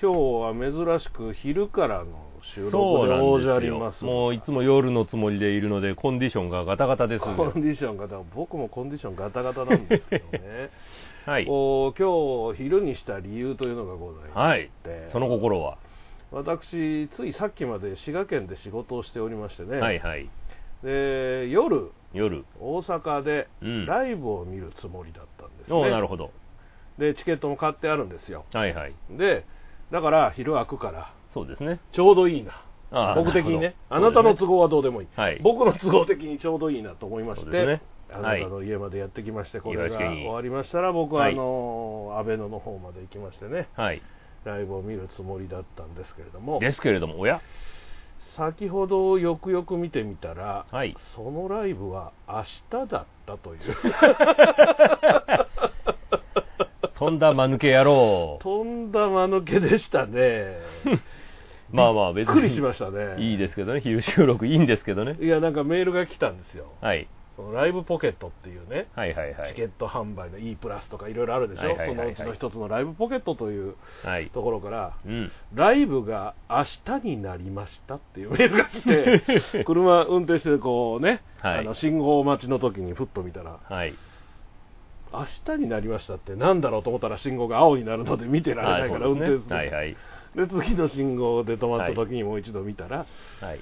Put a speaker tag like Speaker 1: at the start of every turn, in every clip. Speaker 1: 今日は珍しく昼からの収録
Speaker 2: そう
Speaker 1: で
Speaker 2: な
Speaker 1: 応
Speaker 2: ん
Speaker 1: じありま
Speaker 2: ですすよ。もういつも夜のつもりでいるので、コンディションがガタガタです。
Speaker 1: コンディションがだから僕もコンディションガタガタなんですけどね、
Speaker 2: はい。
Speaker 1: こう今日昼にした理由というのがございま
Speaker 2: はい
Speaker 1: して、。
Speaker 2: その心は、
Speaker 1: 私ついさっきまで滋賀県で仕事をしておりましてね、
Speaker 2: はいはい。
Speaker 1: で夜
Speaker 2: 夜。
Speaker 1: 大阪で
Speaker 2: うん
Speaker 1: ライブを見るつもりだったんですね、
Speaker 2: おなるほど。
Speaker 1: でチケットも買ってあるんですよ
Speaker 2: はいはい。
Speaker 1: でだから昼空くから
Speaker 2: そうですね。
Speaker 1: ちょうどいいな
Speaker 2: ああ
Speaker 1: 僕的にねあ
Speaker 2: なる
Speaker 1: な
Speaker 2: ほど
Speaker 1: たの都合はどうでもいい、
Speaker 2: はい
Speaker 1: 僕の都合的にちょうどいいなと思いまし
Speaker 2: そ
Speaker 1: て、
Speaker 2: うですね
Speaker 1: あなたの家までやってきまして、これが
Speaker 2: 岩手に
Speaker 1: 終わりましたら僕は
Speaker 2: は
Speaker 1: あ
Speaker 2: い
Speaker 1: の、アベノの方まで行きましてね
Speaker 2: はい。
Speaker 1: ライブを見るつもりだったんですけれども
Speaker 2: ですけれども、おや
Speaker 1: 先ほどよくよく見てみたら、
Speaker 2: はい
Speaker 1: そのライブは明日だったという
Speaker 2: とんだ間抜け野郎。
Speaker 1: とんだ間抜けでした ね
Speaker 2: まあまあ
Speaker 1: びっ
Speaker 2: 別に。
Speaker 1: くりしましたね
Speaker 2: いいですけどね。昼収録いいんですけどね。
Speaker 1: いやなんかメールが来たんですよ
Speaker 2: はい。
Speaker 1: そのライブポケットっていうね
Speaker 2: はいはいは
Speaker 1: チケ
Speaker 2: い。
Speaker 1: ット販売の E プラスとかいろいろあるでしょ、
Speaker 2: はいはいはいはい
Speaker 1: そのうちの一つのライブポケットという
Speaker 2: はい。
Speaker 1: ところから、
Speaker 2: うん。
Speaker 1: ライブが明日になりましたっていうメールが来 て、車運転してこうね、
Speaker 2: はい
Speaker 1: あの信号待ちの時にふっと見たら、
Speaker 2: はい。
Speaker 1: 明日になりましたってなんだろうと思ったら信号が青になるので見てられないから
Speaker 2: あ
Speaker 1: 運
Speaker 2: そうです
Speaker 1: 転
Speaker 2: ね
Speaker 1: するの、
Speaker 2: はいはい。
Speaker 1: で次の信号で止まった時にもう一度見たら、
Speaker 2: はい。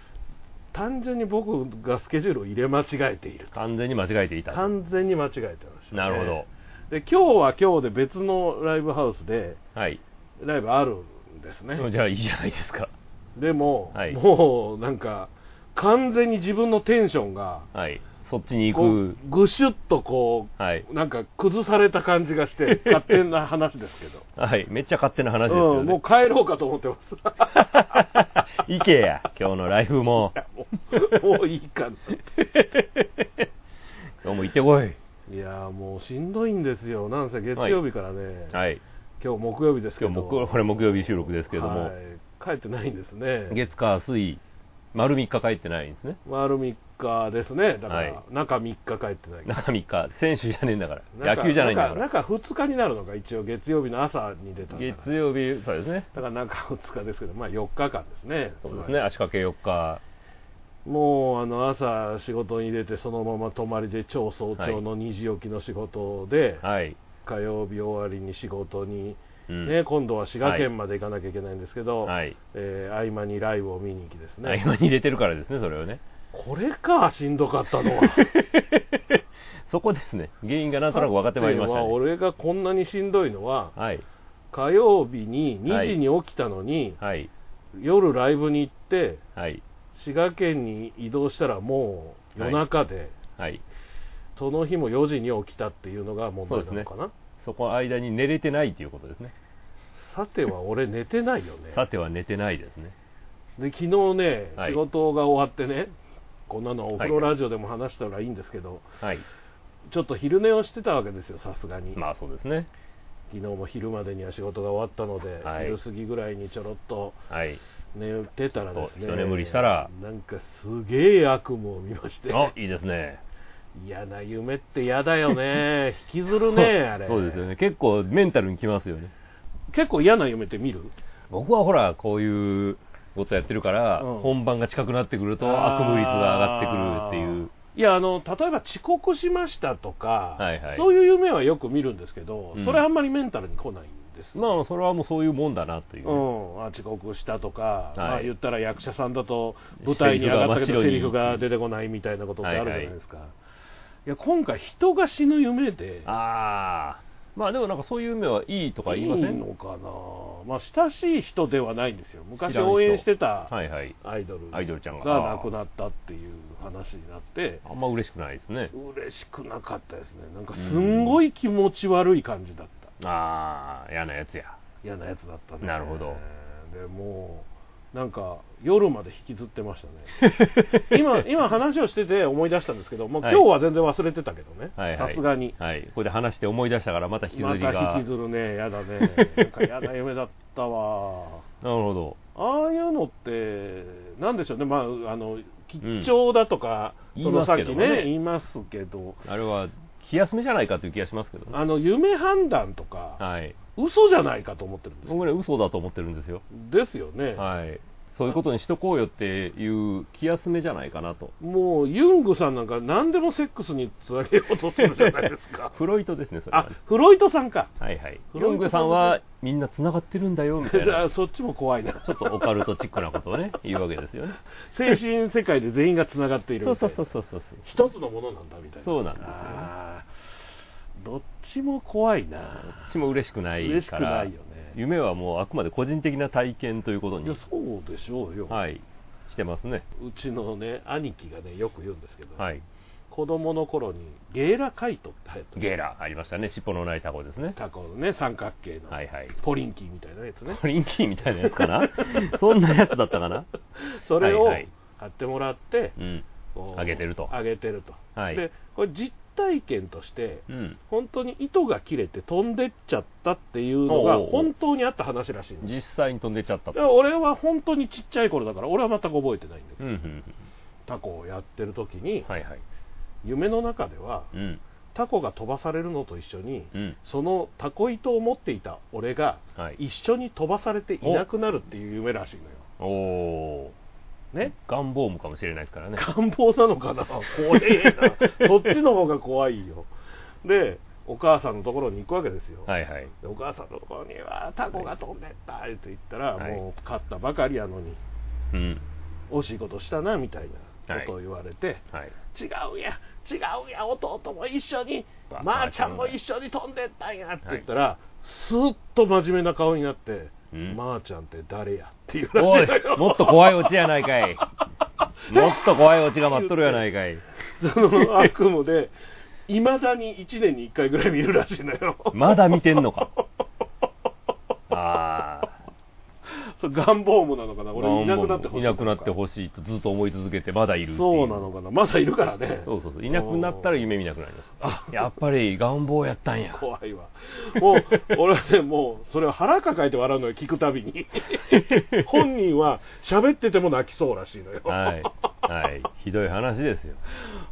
Speaker 1: 単純に僕がスケジュールを入れ間違えていると
Speaker 2: 完全に間違えていた。は
Speaker 1: 完全に間違えてました、ね、
Speaker 2: なるほど
Speaker 1: で今日は今日で別のライブハウスで
Speaker 2: い。
Speaker 1: ライブあるんですね
Speaker 2: じゃあいいじゃないですか。
Speaker 1: でも、
Speaker 2: はい
Speaker 1: もうなんか完全に自分のテンションが
Speaker 2: はい。そっちに
Speaker 1: こ
Speaker 2: 行
Speaker 1: うぐしゅっとこ
Speaker 2: く。はい。
Speaker 1: うなんか崩された感じがして 勝手な話ですけど
Speaker 2: はい。めっちゃ勝手な話です
Speaker 1: う
Speaker 2: よ
Speaker 1: ん、もう
Speaker 2: ね。
Speaker 1: 帰ろうかと思ってます
Speaker 2: 行けや。今日のライ ブ
Speaker 1: も
Speaker 2: も。
Speaker 1: うもういいかな
Speaker 2: 今日も行ってこい。
Speaker 1: いやーもうしんどいんですよなんせ月曜日からね、
Speaker 2: はい。
Speaker 1: 今日木曜日ですけ
Speaker 2: 今
Speaker 1: ど
Speaker 2: 日木、これ木曜日収録ですけども
Speaker 1: は。い、帰ってないんですね
Speaker 2: 月火水丸3日帰ってないんですね
Speaker 1: 丸3日ですねだから、
Speaker 2: はい
Speaker 1: 中3日帰ってない
Speaker 2: 中3日選手じゃねえんだから
Speaker 1: 中
Speaker 2: 野球じゃないんだか
Speaker 1: 中
Speaker 2: ら
Speaker 1: 中2日になるのか一応月曜日の朝に出たんだか
Speaker 2: 月曜日そうですね
Speaker 1: らだから中2日ですけどまあ4日間ですね
Speaker 2: そうですね足掛け4日
Speaker 1: もうあの朝仕事に出てそのまま泊まりで超早朝の2時起きの仕事で、
Speaker 2: はい、
Speaker 1: 火曜日終わりに仕事に、
Speaker 2: うん
Speaker 1: ね、今度は滋賀県まで行かなきゃいけないんですけど、
Speaker 2: はい
Speaker 1: えー合間にライブを見に行きですね、
Speaker 2: 合間に入れてるからですねそれ をね
Speaker 1: これかしんどかったのは
Speaker 2: そこですね原因が なんとなく分かってまいりまし た
Speaker 1: さては
Speaker 2: ね
Speaker 1: 俺がこんなにしんどいのは
Speaker 2: はい
Speaker 1: 火曜日に2時に起きたのに、
Speaker 2: はい
Speaker 1: 夜ライブに行って
Speaker 2: はい
Speaker 1: 滋賀県に移動したらもう夜中で、
Speaker 2: はい
Speaker 1: その日も4時に起きたっていうのが問題なのかな、
Speaker 2: そこの間に寝れてないということですね
Speaker 1: さては俺寝てないよね
Speaker 2: さては寝てないですね
Speaker 1: で昨日ね、
Speaker 2: はい
Speaker 1: 仕事が終わってねこんなのお風呂
Speaker 2: はい
Speaker 1: ラジオでも話したらいいんですけど、
Speaker 2: はい
Speaker 1: ちょっと昼寝をしてたわけですよさすがに、
Speaker 2: まあそうですね
Speaker 1: 昨日も昼までには仕事が終わったので、
Speaker 2: はい
Speaker 1: 昼過ぎぐらいにちょろっと
Speaker 2: はい
Speaker 1: 寝てたらですね
Speaker 2: ちょっと一眠りしたら
Speaker 1: なんかすげえ悪夢を見まして
Speaker 2: あいいですね
Speaker 1: 嫌な夢って嫌だよ ね引きずるねあれ
Speaker 2: そうですよね結構メンタルにきますよね
Speaker 1: 結構嫌な夢って見る
Speaker 2: 僕はほらこういうことやってるから、
Speaker 1: うん
Speaker 2: 本番が近くなってくると悪夢率が上がってくるっていう
Speaker 1: あーいやあの例えば遅刻しましたとか、
Speaker 2: はいはい
Speaker 1: そういう夢はよく見るんですけど、
Speaker 2: うん
Speaker 1: それあんまりメンタルに来ないんです、
Speaker 2: まあそれはもうそういうもんだなという
Speaker 1: う、ん、あ遅刻したとか、
Speaker 2: い
Speaker 1: まあ、言ったら役者さんだと舞台に上がったけどセ
Speaker 2: セ
Speaker 1: リ
Speaker 2: リ
Speaker 1: フ
Speaker 2: フ
Speaker 1: が
Speaker 2: が真っ白に
Speaker 1: 出てこないみたいなことってあるじゃないですか、いや今回人が死ぬ夢で
Speaker 2: ああまあでもなんかそういう夢はいいとか言いませ
Speaker 1: いい
Speaker 2: ん
Speaker 1: のかな、まあ、親しい人ではないんですよ昔
Speaker 2: 知らん人
Speaker 1: 応援してた
Speaker 2: はいはい
Speaker 1: アイドル
Speaker 2: アイドルちゃんが
Speaker 1: が亡くなったっていう話になって
Speaker 2: あんま嬉しくないですね
Speaker 1: 嬉しくなかったですねなんかすんごい気持ち悪い感じだった
Speaker 2: ああ嫌なやつや
Speaker 1: 嫌なやつだったんで
Speaker 2: なるほど
Speaker 1: でもうなんか夜まで引きずってましたね 今今話をしてて思い出したんですけどもう今
Speaker 2: はい
Speaker 1: 日は全然忘れてたけどね
Speaker 2: はい
Speaker 1: さ
Speaker 2: はい
Speaker 1: すがに
Speaker 2: はいここで話して思い出したからまた引きず
Speaker 1: ま
Speaker 2: りが、
Speaker 1: た引きずるねやだねなんか嫌な夢だったわ
Speaker 2: なるほど
Speaker 1: ああいうのってなんでしょうねまああの吉兆だとか、
Speaker 2: うん
Speaker 1: そのさっきね
Speaker 2: 言いますけ
Speaker 1: 言
Speaker 2: どね
Speaker 1: いますけど
Speaker 2: あれは気休めじゃないかという気がしますけどね
Speaker 1: あの夢判断とか
Speaker 2: はい
Speaker 1: 嘘じゃないかと思ってるんですよ
Speaker 2: 僕ら嘘だと思ってるんですよ。
Speaker 1: ですよね、
Speaker 2: はい。そういうことにしとこうよっていう気休めじゃないかなと。
Speaker 1: もうユングさんなんか何でもセックスにつなげようとするじゃないですか
Speaker 2: フロイトですね、それ は
Speaker 1: あ
Speaker 2: ね。
Speaker 1: フロイトさんか
Speaker 2: はいはい。
Speaker 1: フロイト
Speaker 2: ヨングさんはみんな繋がってるんだよ、みたいな
Speaker 1: あ。そっちも怖いな
Speaker 2: ちょっとオカルトチックなことをね、言うわけですよね。
Speaker 1: 精神世界で全員がつながっている
Speaker 2: そう
Speaker 1: みた
Speaker 2: そ
Speaker 1: いうな
Speaker 2: そうそうそう。
Speaker 1: 一つのものなんだみたいな
Speaker 2: そうなんですよね
Speaker 1: あーどっちも怖い
Speaker 2: ど
Speaker 1: な
Speaker 2: っちも嬉しくない
Speaker 1: 嬉しく
Speaker 2: か
Speaker 1: な
Speaker 2: ら
Speaker 1: いよね、
Speaker 2: 夢はもうあくまで個人的な体験ということ
Speaker 1: いや
Speaker 2: に、
Speaker 1: そうでしょうよ、
Speaker 2: はい、してますね。
Speaker 1: うちのね兄貴がねよく言うんですけど、
Speaker 2: はい。
Speaker 1: 子供の頃にゲーラカイトって流行った
Speaker 2: ゲーラありましたね。尻尾のないタコですね。
Speaker 1: タコのね三角形の、
Speaker 2: はいはい。
Speaker 1: ポリンキーみたいなやつね
Speaker 2: ポリンキーみたいなやつ かなそんなやつだったかな
Speaker 1: それを
Speaker 2: はいはい
Speaker 1: 買ってもらって
Speaker 2: うん。
Speaker 1: こう
Speaker 2: あげてると
Speaker 1: あげてると、
Speaker 2: はい
Speaker 1: でこれ実体験として
Speaker 2: うん。
Speaker 1: 本当に糸が切れて飛んでっちゃったっていうのが
Speaker 2: おうおう
Speaker 1: 本当にあった話らしいんで
Speaker 2: 実際に飛んでっちゃった
Speaker 1: す俺は本当にちっちゃい頃だから俺は全く覚えてないんだけど、
Speaker 2: うんうん
Speaker 1: タコをやってる時に、
Speaker 2: うん。はいはい。
Speaker 1: 夢の中では
Speaker 2: うん。
Speaker 1: タコが飛ばされるのと一緒に、
Speaker 2: うん。
Speaker 1: そのタコ糸を持っていた俺が
Speaker 2: はい。
Speaker 1: 一緒に飛ばされていなくなるっていう夢らしいのよ
Speaker 2: おおー。
Speaker 1: ね
Speaker 2: ガンボームかもしれないですからね。
Speaker 1: 願望なのかな怖え なそっちの方が怖いよでお母さんのところに行くわけですよ、
Speaker 2: はいはい。
Speaker 1: でお母さんのところにはタコが飛んでったって言ったら、
Speaker 2: はい
Speaker 1: もう買ったばかりやのに
Speaker 2: うん。
Speaker 1: 惜しいことしたなみたいなことを言われて、
Speaker 2: はい。
Speaker 1: 違うや違うや弟も一緒に
Speaker 2: ば
Speaker 1: まー、ちゃんも一緒に飛んでったんやって言ったら、すっと真面目な顔になって、
Speaker 2: うん
Speaker 1: まー、ちゃんって誰やっていう
Speaker 2: お
Speaker 1: 話
Speaker 2: い
Speaker 1: だよ、
Speaker 2: もっと怖いオチやないかい。もっと怖いオチが待っとるやないかい。
Speaker 1: その悪夢で、いまだに1年に1回ぐらい見るらしいのよ。
Speaker 2: まだ見てんのか。ああ。
Speaker 1: そう願望もなのかな、俺いなくなってほしい。
Speaker 2: いなくなってほしいとずっと思い続けて、まだいるってい
Speaker 1: そうなのかな、まだいるからね。
Speaker 2: そうそうそう。いなくなったら夢見なくなりま
Speaker 1: あ
Speaker 2: す。やっぱり願望やったん や。
Speaker 1: 怖いわ。もう、俺はね、もう、それを腹抱えて笑うのよ、聞くたび に。本人は喋ってても泣きそうらしいのよ。
Speaker 2: はい。はい。ひどい話ですよ。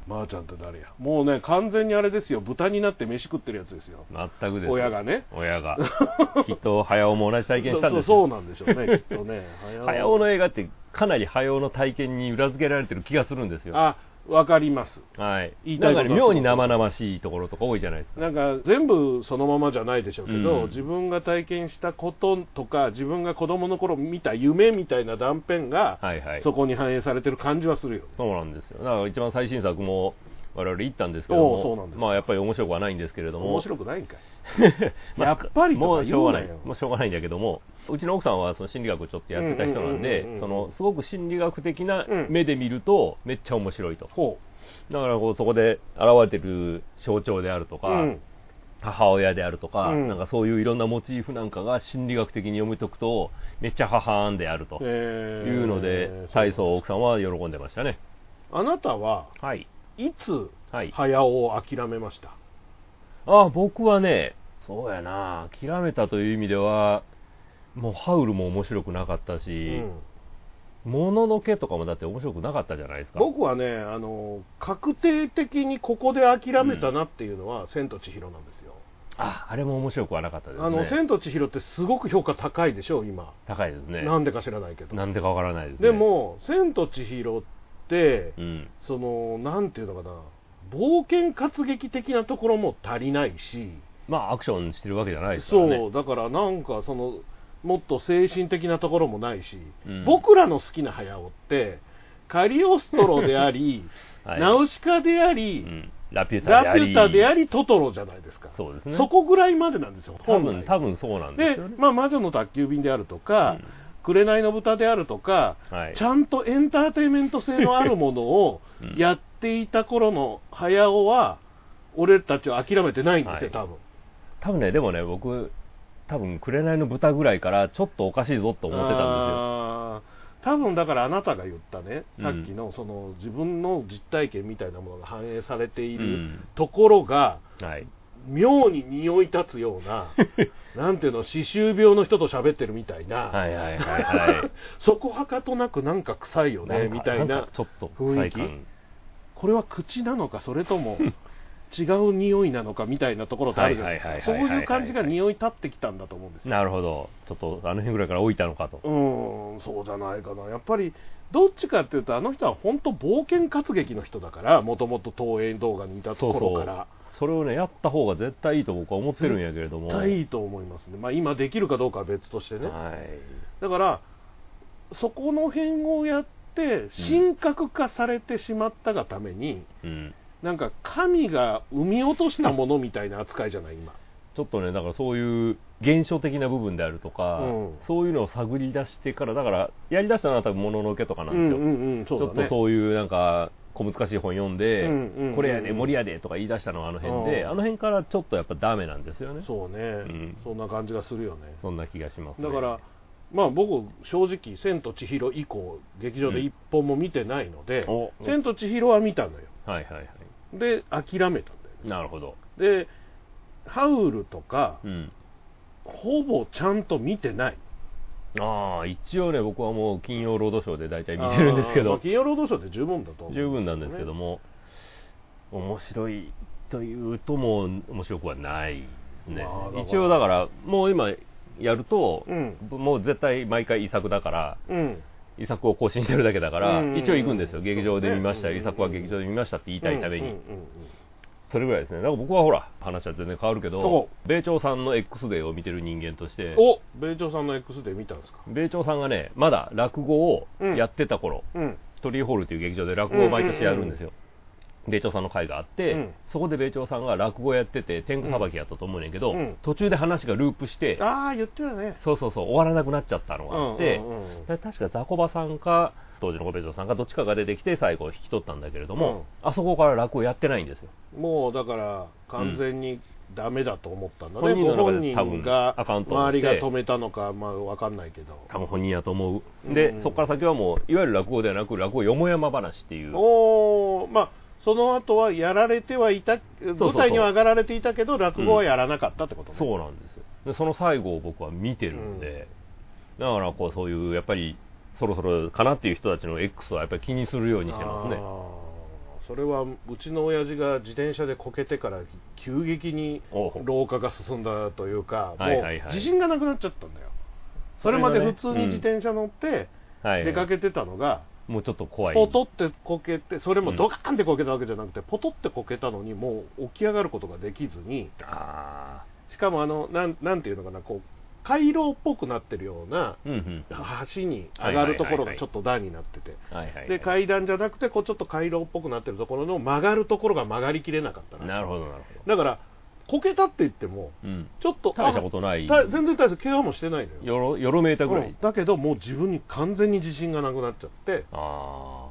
Speaker 1: まーちゃんって誰やもうね、完全にあれですよ、豚になって飯食ってるやつですよ。
Speaker 2: 全くです。
Speaker 1: 親が。ね。
Speaker 2: 親が。きっと、早尾も同じ体験したんです
Speaker 1: そうそう
Speaker 2: よ
Speaker 1: なんでしょう ね、きっとね。
Speaker 2: 早尾の映画って、かなり早尾の体験に裏付けられてる気がするんですよ。
Speaker 1: あ、わかります。
Speaker 2: はい
Speaker 1: 言い。た
Speaker 2: ないん
Speaker 1: こと
Speaker 2: か
Speaker 1: は
Speaker 2: ね妙に生々しいところとか多いじゃないですか。
Speaker 1: なんか全部そのままじゃないでしょうけど、
Speaker 2: うん
Speaker 1: 自分が体験したこととか自分が子供の頃見た夢みたいな断片が、
Speaker 2: はいはい。
Speaker 1: そこに反映されてる感じはするよね
Speaker 2: そうなんですよ。だから一番最新作も我々行ったんですけど
Speaker 1: おう
Speaker 2: も、
Speaker 1: そうなんですか
Speaker 2: まあやっぱり面白くはないんですけれども、
Speaker 1: 面白くないんかい
Speaker 2: まあ
Speaker 1: やっぱりとか
Speaker 2: もうしょうがない
Speaker 1: 言うなよ
Speaker 2: もうしょうがないんだけども、うちの奥さんはその心理学をちょっとやってた人な
Speaker 1: う
Speaker 2: ん
Speaker 1: んうんうんうんう
Speaker 2: で
Speaker 1: ん、
Speaker 2: そのすごく心理学的な
Speaker 1: うん
Speaker 2: 目で見るとめっちゃ面白いと。
Speaker 1: ほ
Speaker 2: だからこうそこで現れてる象徴であると
Speaker 1: う、
Speaker 2: か、
Speaker 1: うん、
Speaker 2: 母親であるとか、
Speaker 1: うん
Speaker 2: なんかそういういろんなモチーフなんかが心理学的に読み解くとめっちゃ母んであると。
Speaker 1: えー
Speaker 2: いうので、体操奥さんは喜んでましたね。
Speaker 1: あなたは
Speaker 2: はい。
Speaker 1: いつ
Speaker 2: はい。
Speaker 1: 早尾を諦めました、
Speaker 2: あ、僕はね、そうやな、諦めたという意味では、もうハウルも面白くなかったし
Speaker 1: う、ん
Speaker 2: もののけとかもだって面白くなかったじゃないですか。
Speaker 1: 僕はねあの確定的にここで諦めたなっていうのは「千と千尋」なんですよ、
Speaker 2: あ、あれも面白くはなかったですね。
Speaker 1: あの千と千尋ってすごく評価高いでしょ今
Speaker 2: 高いですね。
Speaker 1: なんでか知らないけど
Speaker 2: なんでかわからないですね。
Speaker 1: で、も「千と千尋」って、
Speaker 2: うん。
Speaker 1: そのなんていうのかな冒険活劇的なところも足りないし、
Speaker 2: まあ、アクションしてるわけじゃないですからね。
Speaker 1: そうだからなんかそのもっと精神的なところもないし、
Speaker 2: うん
Speaker 1: 僕らの好きな早尾ってカリオストロであり、
Speaker 2: はい
Speaker 1: ナウシカであ
Speaker 2: う
Speaker 1: り、
Speaker 2: ん。ラピュタで
Speaker 1: ラ
Speaker 2: あ
Speaker 1: ピ
Speaker 2: り。
Speaker 1: ュタでありトトロじゃないですか
Speaker 2: そうですね
Speaker 1: こぐらいまでなんですよ
Speaker 2: 多
Speaker 1: 本
Speaker 2: 分、
Speaker 1: 来
Speaker 2: 多分そうなんで
Speaker 1: です
Speaker 2: よね。
Speaker 1: まあ、魔女の宅急便であるとか、
Speaker 2: うん
Speaker 1: 紅の豚であるとか、
Speaker 2: はい
Speaker 1: ちゃんとエンターテインメント性のあるものを
Speaker 2: うん
Speaker 1: やっていた頃の早尾は、俺たちは諦めてないんですよ、
Speaker 2: は
Speaker 1: 多分
Speaker 2: 多分ね、でもね、僕、多分、紅の豚ぐらいから、ちょっとおかしいぞと思ってたんですよ。
Speaker 1: あー多分だからあなたが言ったね、
Speaker 2: うん
Speaker 1: さっきのその自分の実体験みたいなものが反映されている
Speaker 2: うん
Speaker 1: ところが、
Speaker 2: はい。
Speaker 1: 妙に匂い立つよう な、なんていうの、歯周病の人と喋ってるみたいな、
Speaker 2: はいは いはいはい。
Speaker 1: そこはかとなくなんか臭いよね
Speaker 2: んか
Speaker 1: みたいなん
Speaker 2: かちょっと
Speaker 1: 雰囲気
Speaker 2: 臭い感
Speaker 1: これは口なのかそれとも違う匂いなのかみたいなところってあるじゃない
Speaker 2: はい
Speaker 1: で
Speaker 2: はい
Speaker 1: すか
Speaker 2: は
Speaker 1: そう
Speaker 2: いはい
Speaker 1: い
Speaker 2: はいはい
Speaker 1: う感じが匂い立ってきたんだと思うんですよ
Speaker 2: なるほど。ちょっと、あの辺ぐらいから置いたのかと
Speaker 1: う。ーんそうじゃないかなやっぱりどっちかっていうとあの人は本当冒険活劇の人だからもともと東映動画に見たところから
Speaker 2: それをね、やった方が絶対いいと僕は思ってるんやけれども。
Speaker 1: 絶対いいと思いますね、まあ、今できるかどうかは別としてね、
Speaker 2: はい。
Speaker 1: だからそこの辺をやって神格化されてしまったがために、
Speaker 2: うん。
Speaker 1: なんか神が産み落としたものみたいな扱いじゃない今
Speaker 2: ちょっとね、だからそういう現象的な部分であるとか、
Speaker 1: うん
Speaker 2: そういうのを探り出してから、だから、やり出したのは多分、もののけとかなん
Speaker 1: うん
Speaker 2: ですよ。
Speaker 1: うんうんそう
Speaker 2: ちょっ
Speaker 1: だ
Speaker 2: と
Speaker 1: ね
Speaker 2: そういうなんか小難しい本読んで、
Speaker 1: うんうんうん
Speaker 2: これやで森やでとか言い出したのはあの辺で、
Speaker 1: うん
Speaker 2: あの辺からちょっとやっぱダメなんですよね
Speaker 1: そうね、
Speaker 2: ん
Speaker 1: そんな感じがするよね
Speaker 2: そんな気がしますね
Speaker 1: だからまあ僕正直「千と千尋」以降劇場で一本も見てないので
Speaker 2: お
Speaker 1: 「千と千尋」は見たのよ
Speaker 2: はいはいは
Speaker 1: で諦めたんだよ
Speaker 2: いなるほど
Speaker 1: ねで「ハウル」とか
Speaker 2: うん
Speaker 1: ほぼちゃんと見てない
Speaker 2: ああ一応ね僕はもう金曜ロードショーで大体見てるんですけ
Speaker 1: あーまあ
Speaker 2: ど
Speaker 1: 金曜ロードショーで十分だと思う
Speaker 2: 十分なんですけど
Speaker 1: も
Speaker 2: も、面白いというとも面白くはないですね、
Speaker 1: まあだから
Speaker 2: 一応だからもう今やると、
Speaker 1: うん
Speaker 2: もう絶対毎回遺作だから
Speaker 1: うん
Speaker 2: 遺作を更新してるだけだから、
Speaker 1: うんうんうん
Speaker 2: 一応行くんですよ劇場で見ました、
Speaker 1: そうね
Speaker 2: 遺作は劇場で見ましたって言いたいために、
Speaker 1: うんうんうん
Speaker 2: それぐらいですねだから僕はほら話は全然変わるけど
Speaker 1: そ
Speaker 2: 米朝さんの X デーを見てる人間として
Speaker 1: お米朝さんの X で見たんですか
Speaker 2: 米朝さんがねまだ落語をやってた頃、
Speaker 1: うん
Speaker 2: トリーホールという劇場で落語を毎年やるんですよ、米朝さんの会があって、
Speaker 1: うん
Speaker 2: そこで米朝さんが落語やってて天狗さばきやったと思うねんけど、
Speaker 1: うん
Speaker 2: 途中で話がループして
Speaker 1: ああ言ってたね
Speaker 2: そうそうそう終わらなくなっちゃったのがあって、
Speaker 1: うんうんうんうん
Speaker 2: だから確かザコバさんか当時のコペジョさんかどっちかが出てきて最後引き取ったんだけれども、あそこから落語やってないんですよ、
Speaker 1: もうだから完全にダメだと思ったんだね、
Speaker 2: 本人の
Speaker 1: ご
Speaker 2: 中
Speaker 1: 本
Speaker 2: で多
Speaker 1: 人
Speaker 2: 分
Speaker 1: が
Speaker 2: アカウントを持っ
Speaker 1: 周
Speaker 2: て
Speaker 1: りが止めたのかまあ分かんないけど
Speaker 2: 多分本人やと思う
Speaker 1: うんう
Speaker 2: で
Speaker 1: ん
Speaker 2: そこから先はもういわゆる落語ではなく落語よもやま話っていう
Speaker 1: おおまあその後はやられてはいた
Speaker 2: うそう
Speaker 1: 舞台には上がられていたけど落語はやらなかったってことね、
Speaker 2: そうなんですよでその最後を僕は見てるんで、だからこうそういうやっぱりそろそろかなっていう人たちの X はやっぱり気にするようにしてますね
Speaker 1: あーそれはうちの親父が自転車でこけてから急激に
Speaker 2: おう
Speaker 1: 老化が進んだというかも
Speaker 2: は
Speaker 1: う
Speaker 2: いはいはい
Speaker 1: 自信がなくなっちゃったんだよそれまで普通に自転車乗って
Speaker 2: はい
Speaker 1: 出かけてたのが
Speaker 2: もうちょっと怖い
Speaker 1: ポトってこけてそれもドカーンってこけたわけじゃなくてポトってこけたのにもう起き上がることができずに
Speaker 2: ああ
Speaker 1: しかもあのなんなんていうのかなこう回廊っぽくなってるような
Speaker 2: うんうん
Speaker 1: 橋に上がるところがちょっと段になってて
Speaker 2: はいはいはい
Speaker 1: で階段じゃなくてこうちょっと回廊っぽくなってるところの曲がるところが曲がりきれなかったらしい
Speaker 2: なるほどなるほど
Speaker 1: だからこけたって言っても
Speaker 2: うん
Speaker 1: ちょっと
Speaker 2: 大したことない
Speaker 1: あた全然大した怪我もしてないのよ
Speaker 2: よろよろめいたぐらい、
Speaker 1: うんだけどもう自分に完全に自信がなくなっちゃって
Speaker 2: ああ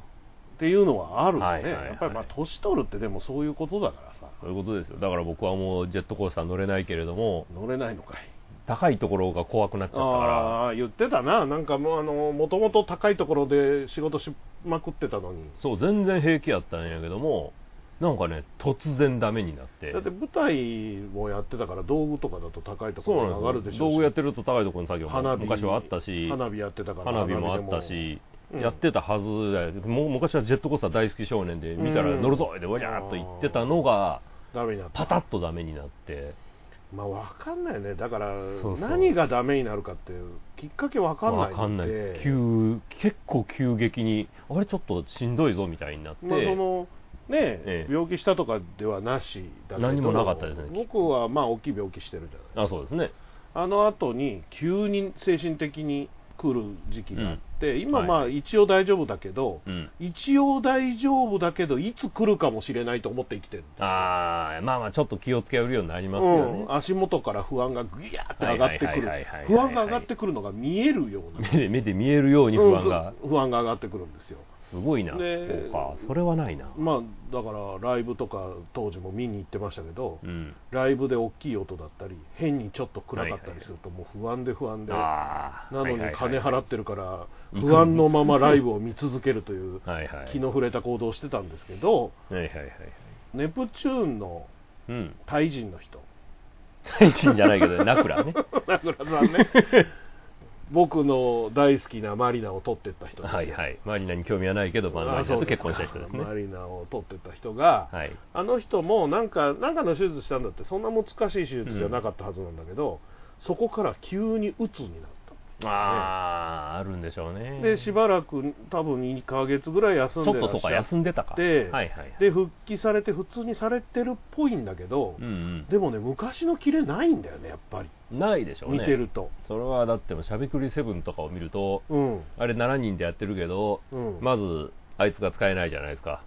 Speaker 1: っていうのはあるよね、
Speaker 2: はいはいはい
Speaker 1: やっぱりまあ年取るってでもそういうことだからさ
Speaker 2: そういうことですよだから僕はもうジェットコースター乗れないけれども
Speaker 1: 乗れないのかい
Speaker 2: 高いところが怖くなっちゃったから
Speaker 1: ああー言ってたななんかもうあのもともと高いところで仕事しまくってたのに
Speaker 2: そう全然平気やったんやけどもなんかね突然ダメになって
Speaker 1: だって舞台もやってたから道具とかだと高いとこ
Speaker 2: そう
Speaker 1: ろに上が
Speaker 2: なん
Speaker 1: る
Speaker 2: で
Speaker 1: ですし
Speaker 2: よ
Speaker 1: ょうし
Speaker 2: 道具やってると高いところの作業も
Speaker 1: 花火
Speaker 2: 昔はあったし
Speaker 1: 花火やってたから
Speaker 2: 花火もあっ
Speaker 1: 花
Speaker 2: たし
Speaker 1: 火でも
Speaker 2: やってたはずだよもう昔はジェットコースター大好き少年で見たら
Speaker 1: うん
Speaker 2: 乗るぞでわじゃーっと言ってたのが
Speaker 1: ダメになった
Speaker 2: パタッとダメになって
Speaker 1: まあ分かんないよねだから
Speaker 2: そうそう
Speaker 1: 何がダメになるかっていうきっかけ分かんない
Speaker 2: わかんない
Speaker 1: で
Speaker 2: 急結構急激にあれちょっとしんどいぞみたいになって、
Speaker 1: まあそのね
Speaker 2: ええ
Speaker 1: 病気したとかではなしだけど
Speaker 2: 何もなかったですね
Speaker 1: 僕はまあ大きい病気してるじゃない
Speaker 2: あそうですね
Speaker 1: あの後に急に精神的に来る時期があって、今
Speaker 2: はい
Speaker 1: まあ一応大丈夫だけど、
Speaker 2: うん
Speaker 1: 一応大丈夫だけどいつ来るかもしれないと思って生きてる
Speaker 2: ああまあまあちょっと気をつけるようになりますよね
Speaker 1: うん、、足元から不安がぐやーって上がってくる
Speaker 2: はいはいはいはいはいはい
Speaker 1: 不安が上がってくるのが見えるような
Speaker 2: 目で目で見えるように不安が、
Speaker 1: うん不安が上がってくるんですよ
Speaker 2: すごいな、
Speaker 1: で
Speaker 2: そうかそれはないな、
Speaker 1: まあだからライブとか当時も見に行ってましたけど、
Speaker 2: うん
Speaker 1: ライブで大きい音だったり変にちょっと暗かったりするともう不安で不安で、
Speaker 2: あー
Speaker 1: なのに金払
Speaker 2: は
Speaker 1: ってるから
Speaker 2: いはい
Speaker 1: 不安のままライブを見続けるという
Speaker 2: いはいはい
Speaker 1: 気の触れた行動をしてたんですけど
Speaker 2: はいはいはいはい
Speaker 1: ネプチューンの
Speaker 2: うん
Speaker 1: タイ人の人
Speaker 2: 大臣じゃないけどナクラね
Speaker 1: 名倉さんね僕の大好きなマリナを取ってった人ですよ
Speaker 2: はいはい。マリナに興味はないけど、まあ、マ
Speaker 1: あ
Speaker 2: リナ
Speaker 1: そう
Speaker 2: と
Speaker 1: です
Speaker 2: 結
Speaker 1: か
Speaker 2: 婚した人ですね。
Speaker 1: マリナを取ってった人が、
Speaker 2: はい。
Speaker 1: あの人もなんかなんかの手術したんだってそんな難しい手術じゃなかったはずなんだけど、そこから急に鬱になった
Speaker 2: ああ、あるんでしょうね。
Speaker 1: でしばらく多分2ヶ月ぐらい休ん
Speaker 2: ちょ
Speaker 1: で
Speaker 2: っ
Speaker 1: ら
Speaker 2: と
Speaker 1: っ
Speaker 2: そう
Speaker 1: し
Speaker 2: か、
Speaker 1: ゃって
Speaker 2: 休んでたか。
Speaker 1: で
Speaker 2: はいはい。
Speaker 1: で復帰されて普通にされてるっぽいんだけど、
Speaker 2: うん
Speaker 1: でもね昔のキレないんだよねやっぱり
Speaker 2: うん。ないでしょうね。
Speaker 1: 見てる。と、
Speaker 2: それはだってもう、しゃべくりセブンとかを見ると、
Speaker 1: うん
Speaker 2: あれ7人でやってるけど、
Speaker 1: うん
Speaker 2: まず、あいつが使えないじゃないですか。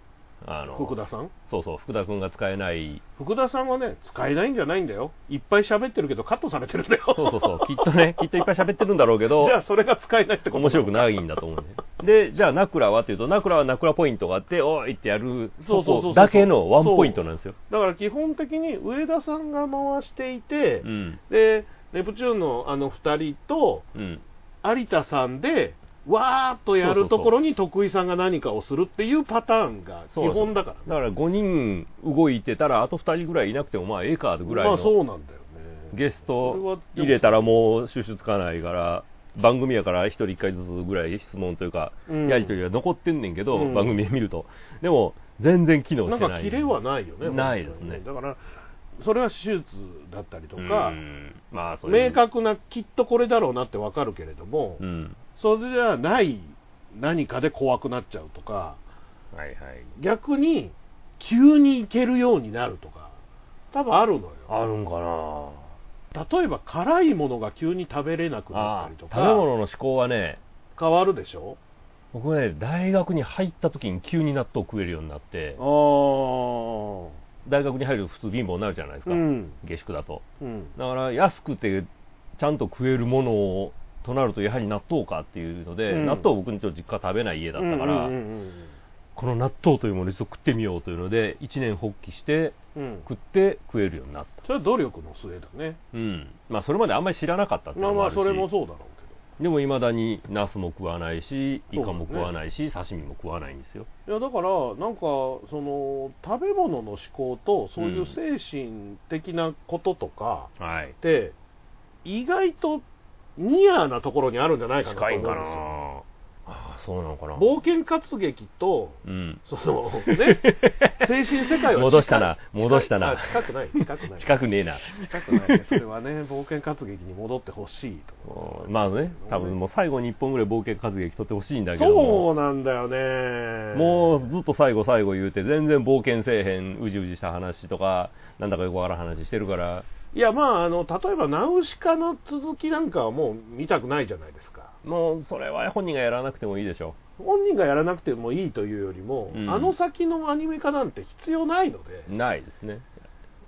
Speaker 2: あの、
Speaker 1: 福田さん
Speaker 2: そうそう、福田君が使えない。
Speaker 1: 福田さんはね使えないんじゃないんだよいっぱい喋ってるけどカットされてるんだよ
Speaker 2: そうそうそう、きっとね、きっといっぱい喋ってるんだろうけど
Speaker 1: じ、ゃあそれが使えないってこと
Speaker 2: 面白くないんだと思うね。 で、じゃあ、ナクラはっていうと、ナクラはナクラポイントがあって、おーいってやる、
Speaker 1: そうそうそうそう
Speaker 2: だけのワンポイントなんですよ。
Speaker 1: だから基本的に上田さんが回していて、
Speaker 2: うん。
Speaker 1: でネプチューンのあの2人と
Speaker 2: うん。
Speaker 1: 有田さんでわーっとやるところに徳井さんが何かをするっていうパターンが基
Speaker 2: そうなんですよ
Speaker 1: 本だから
Speaker 2: だから5人動いてたら、あと2人ぐらいいなくても、まあ、ええかぐらい
Speaker 1: まあそ
Speaker 2: の
Speaker 1: うなんだよね
Speaker 2: ゲス
Speaker 1: それは
Speaker 2: ト
Speaker 1: でも
Speaker 2: 入れたら、もう収集つかないから、番組やから1人1回ずつぐらい質問というか、
Speaker 1: うん
Speaker 2: やり取りは残ってんねんけど、
Speaker 1: うん
Speaker 2: 番組で見ると。でも、全然機能
Speaker 1: な
Speaker 2: し
Speaker 1: ん
Speaker 2: てない。
Speaker 1: かキレはないよね
Speaker 2: ないですね
Speaker 1: 本当にだからそれは手術だったりとか
Speaker 2: うんまあ、そういう
Speaker 1: 明確なきっとこれだろうなってわかるけれども、
Speaker 2: うん。
Speaker 1: それじゃない何かで怖くなっちゃうとか
Speaker 2: はいはい。
Speaker 1: 逆に急に行けるようになるとか多分あるのよ
Speaker 2: あるんかな
Speaker 1: 例えば辛いものが急に食べれなくなった
Speaker 2: あ
Speaker 1: りと
Speaker 2: 食
Speaker 1: か
Speaker 2: べ物の思考はね、
Speaker 1: 変わるでしょ
Speaker 2: 僕ね、大学に入った時に急に納豆食えるようになって、
Speaker 1: あ
Speaker 2: 大学に入ると普通貧乏になるじゃないですか、
Speaker 1: うん
Speaker 2: 下宿だと。
Speaker 1: うん
Speaker 2: だから安くてちゃんと食えるものをとなるとやはり納豆かっていうので、
Speaker 1: うん
Speaker 2: 納豆を僕にと実家食べない家だったから、
Speaker 1: うんうん
Speaker 2: この納豆というものを一度食ってみようというので一年発起して
Speaker 1: うんうんうん
Speaker 2: 食って食えるようになった、
Speaker 1: それは努力の末だね
Speaker 2: うんまあ、それまであんまり知らなかったっていう
Speaker 1: まあ
Speaker 2: のも
Speaker 1: ま
Speaker 2: あ
Speaker 1: あ
Speaker 2: るし、
Speaker 1: それもそうだろうけど
Speaker 2: でもいまだにナスも食わないしイカも
Speaker 1: そうだね
Speaker 2: 食わないし、刺身も食わないんですよ
Speaker 1: いやだからなんかその食べ物の思考とそういう精神的なこととか
Speaker 2: はい
Speaker 1: って意外とニアなところにあるんじゃないかなと
Speaker 2: 近
Speaker 1: 思う
Speaker 2: い
Speaker 1: ん
Speaker 2: ん
Speaker 1: で
Speaker 2: か
Speaker 1: す
Speaker 2: な
Speaker 1: よ
Speaker 2: ああそうなのかな
Speaker 1: 冒険活劇と
Speaker 2: うん
Speaker 1: その ね精神世界は近い
Speaker 2: 戻したな戻したな
Speaker 1: 近いあ近くない 近くない
Speaker 2: 近くねえな
Speaker 1: 近くないねそれはね冒険活劇に戻ってほしいと
Speaker 2: うんまあね多分もう最後に1本ぐらい冒険活劇取ってほしいんだけど
Speaker 1: そ
Speaker 2: も
Speaker 1: うなんだよね
Speaker 2: もうずっと最後最後言うて全然冒険せえへんうじうじした話とかなんだかよくわからん話してるから
Speaker 1: いやまああの例えばナウシカの続きなんかはもう見たくないじゃないですか
Speaker 2: もうそれは本人がやらなくてもいいでしょ
Speaker 1: 本人がやらなくてもいいというよりも、
Speaker 2: うん
Speaker 1: あの先のアニメ化なんて必要ないので、
Speaker 2: ないですね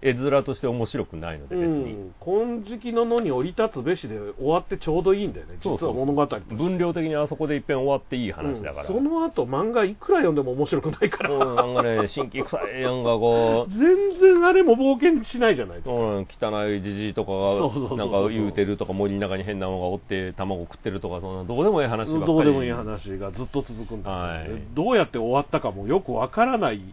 Speaker 2: 絵面として面白くないので
Speaker 1: う
Speaker 2: 別に、
Speaker 1: ん、金色の野に降り立つべしで終わってちょうどいいんだよね実
Speaker 2: そうそう
Speaker 1: は物語として
Speaker 2: 分量的にあそこでいっぺん終わっていい話だから、
Speaker 1: うんその後漫画いくら読んでも面白くないから、
Speaker 2: うんなんかね、新規臭い、なんかこう、
Speaker 1: 全然あれも冒険しないじゃないですか、
Speaker 2: うん汚いじじいとか
Speaker 1: そうそうそうそ
Speaker 2: が、
Speaker 1: う
Speaker 2: なんか言うてるとか、森の中に変なのがおって、卵食ってるとか、そんなどうでもいい話ばっかり。
Speaker 1: どうでもいい話がずっと続くんだ、
Speaker 2: はい
Speaker 1: どうやって終わったかもよくわからない
Speaker 2: そうそうそ